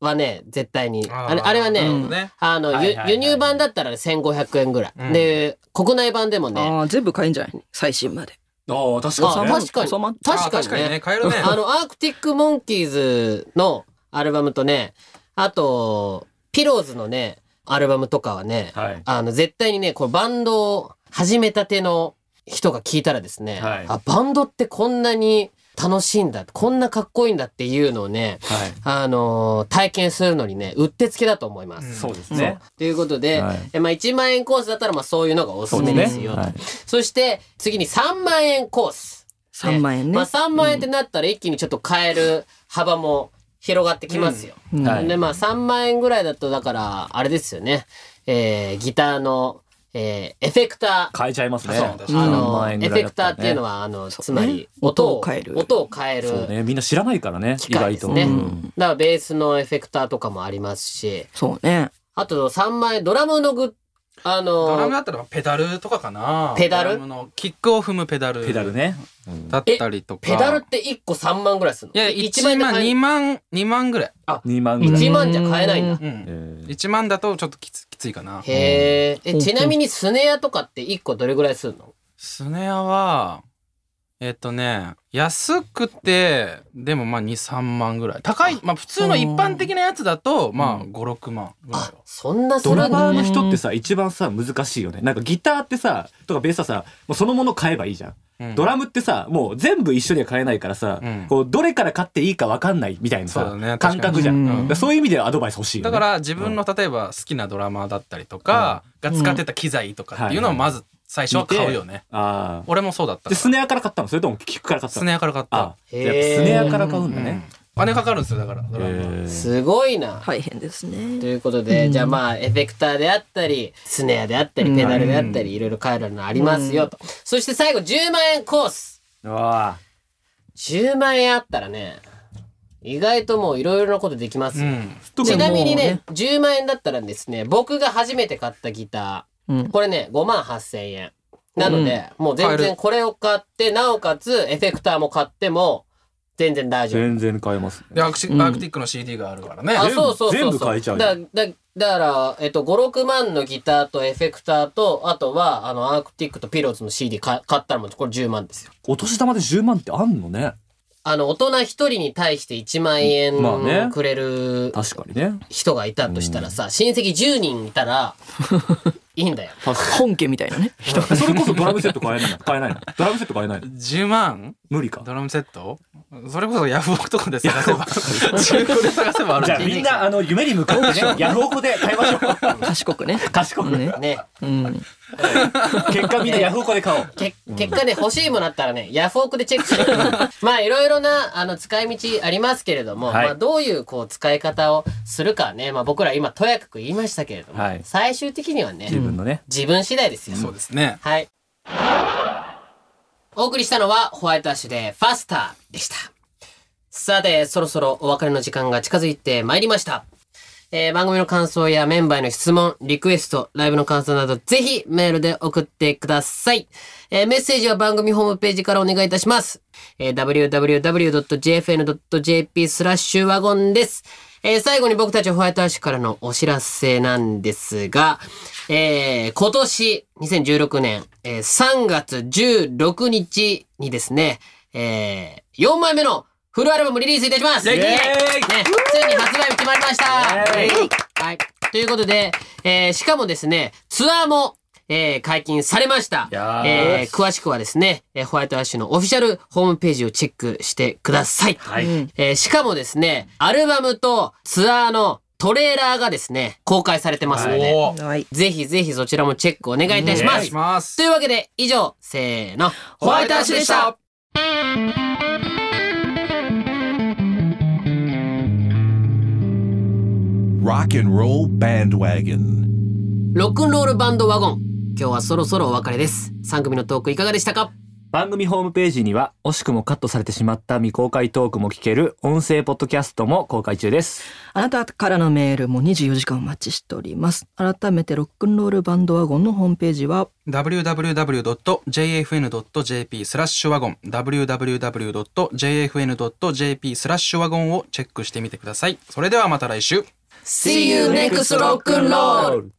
S8: はね、絶対に。あれあれはね、
S10: うんね
S8: あの、
S9: はいはい
S8: ゆ
S9: はい
S8: 輸入版だったらね1500円ぐらい、で、国内版でもね、
S11: ああ全部買えんじゃない最新まで
S9: ああ、確
S8: あ
S9: かに、ね。
S8: 確かに。
S11: 収まっ
S8: 確か
S10: あ
S8: に
S10: 確かに
S8: ね
S10: ね。買えるね
S8: あの、アークティックモンキーズのアルバムとね、あと、ピローズのね、アルバムとかはね、
S9: はい
S8: あの、絶対にね、これバンドを始めたての人が聞いたらですね、
S9: はい
S8: あ、バンドってこんなに楽しいんだ、こんなかっこいいんだっていうのをね、
S9: はい。
S8: あのー体験するのにね、うってつけだと思います。
S9: そうですね。
S8: ということで、
S9: はい
S8: えまあ、1万円コースだったら、まあ、そういうのがおすすめですよと。そ,、
S9: はい
S8: して、次に3万円コース。
S11: 3万円ね
S8: まあ、3万円ってなったら、一気にちょっと買える幅も広がってきますよ。
S9: はい
S8: で、まあ、3万円ぐらいだと、だから、あれですよね。えーギターの、えーエフェクター。
S9: 変えちゃいますね。
S8: あの、
S9: 3万円
S8: エフ
S9: ぐら
S8: ェ
S9: だ
S8: クタ
S9: た
S8: ー
S9: ら
S8: っていうの
S9: ね。
S8: は、あの、つ
S11: うね
S8: まり、音を
S11: 音を変える
S8: 音を変える。
S9: そうね、みんな知らないからね。
S8: 機
S9: 意
S8: 械
S9: 外
S8: です
S9: と。
S8: ね。
S9: うん
S8: だからベースのエフェクターとかもありますし、
S11: そうね
S8: あと3万円、ドラムのグッ、あ
S10: ドラムだ
S8: の、
S10: ったらペダルとかかな
S8: ペダル
S10: ドラムのキックを踏むペダル
S9: ペダルね。
S10: だったりとか
S8: ペダルって1個3万ぐらいするの
S10: いや
S8: 一
S10: 1万
S8: で買え
S10: 2万2万ぐらい
S9: 2万ぐらい。
S8: 1万じゃ買えないんだ。
S10: うん
S9: えー
S10: 1万だとちょっときつきついかな
S8: へーえ、ちなみにスネアとかって1個どれぐらいするの
S10: スネアはえっとね安くてでもまあ23万ぐらい高いまあ普通の一般的なやつだとまあ56万ぐらい
S8: あ、そんなす
S9: ド
S8: る
S9: ラマーの
S8: の
S9: 人ってさ、一番さ、難しいよね。なんかギターってさ、とかベースはさ、もうそのもの買えばいいじゃん。
S10: うん
S9: ドラムってさ、もう全部一緒には買えないからさ、
S10: うん
S9: こう、どれから買っていいか分かんないみたいな
S10: そ
S9: さ、
S10: うだね
S9: 感覚じゃ
S10: 確
S9: ん。だ
S10: かにうん
S9: からそういう意味ではアドバイス欲しいよ、ね。
S10: だから自分の例えば好きなドラマーだったりとかが使ってた機材とかっていうのをまず最初は買うよね
S9: ああ。
S10: 俺もそうだった
S9: で、
S10: か
S9: スネアから買ったのそれともキックから買っ
S10: ら
S9: た
S10: ス
S9: の
S10: ネアから買っ
S9: あ
S10: た、
S8: へー
S9: やっぱスネアから買うんだね。
S10: お金かかるんですよだからドラマー
S9: えー
S8: すごいな。
S11: 大変ですね
S8: ということで、じゃあまあエフェクターであったりスネアであったりペダルであったり、いろいろ変えるのありますよと、そして最後10万円コース
S9: うわ
S8: 10万円あったらね意外ともういろいろなことできますよ、
S9: あ。
S8: ちなみに
S11: もう
S8: ね10万円だったらですね僕が初めて買ったギター、
S11: うん
S8: これね5万8,000円なので、もう全
S10: 買え
S8: 然
S10: る
S8: これを買ってなおかつエフェクターも買っても全然大丈夫
S9: 全然買えますね。
S10: でアクシアークティックの CD があるからね
S8: あ、そうそうそうそう。
S9: 全部変えちゃうじ
S8: だ
S9: ゃ
S8: だだから、えっと、5、6万のギターとエフェクターと、あとは、あの、アークティックとピローズの CD か買ったらもう、これ10万ですよ。
S9: お年玉で10万ってあんのね。
S8: あの、大人一人に対して1万
S9: まあね
S8: 円くれる
S9: 確かにね。
S8: 人がいたとしたらさ、親戚10人いた ら、いいんだよ。
S11: 本家みたいなね
S9: それこそドラムセット買えないの買えないのドラムセット買えないの
S10: 10万
S9: 無理か
S10: ドラムセットそれこそヤフオクとかで探せば中古で探せばある
S9: じゃあみんなあの夢に向か ってねヤフオクで買いましょう
S11: 賢くね。
S9: 賢く
S11: ね。
S8: ね
S11: うん。
S9: 結果みんなヤフオクで買おう
S8: け結果ね、欲しいものあったらね、ヤフオクでチェックす る。まあ、いろいろな、あの、使い道ありますけれども、
S9: はい
S8: まあ、どういう、こう、使い方をするかね、まあ、僕ら今、とやかく言いましたけれども、
S9: はい
S8: 最終的にはね、
S9: 自分のね
S8: 自分次第ですよ。
S10: そうですね
S8: はい。お送りしたのは、ホワイトアッシュで、ファスターでした。さて、そろそろお別れの時間が近づいてまいりました。えー番組の感想やメンバーへの質問、リクエスト、ライブの感想など、ぜひメールで送ってください。えーメッセージは番組ホームページからお願いいたします。えー www.jfn.jp スラッシュワゴンです。えー最後に僕たちホワイトアッシュからのお知らせなんですが、えー今年2016年、えー3月16日にですね、え4枚目のフルアルバムリリースいたします
S9: イエーイ
S8: ねついに発売日決まりました
S9: イエーイ
S8: はい。ということで、えーしかもですね、ツアーも、えー解禁されました。
S9: やー
S8: えー詳しくはですね、えーホワイトアッシュのオフィシャルホームページをチェックしてください。
S9: はい
S8: えーしかもですね、アルバムとツアーのトレーラーがですね、公開されてますので、
S10: おー
S11: はい。
S8: ぜひぜひそちらもチェックお願いいたし
S10: お
S8: ま
S10: 願い
S8: す
S10: し。ます
S8: というわけで、以上、せーの、ホワイトアッシュでした。
S4: Rock and Roll Bandwagon.
S8: ロックンロールバンドワゴン。今日はそろそろお別れです。3組のトークいかがでしたか
S9: 番組ホームページには惜しくもカットされてしまった未公開トークも聞ける音声ポッドキャストも公開中です
S11: あなたからのメールも24時間お待ちしております。改めてロックンロールバンドワゴンのホームページは
S10: www.jfn.jp スラッシュワゴン www.jfn.jp スラッシュワゴンをチェックしてみてくださいそれではまた来週
S8: See you next rock and roll!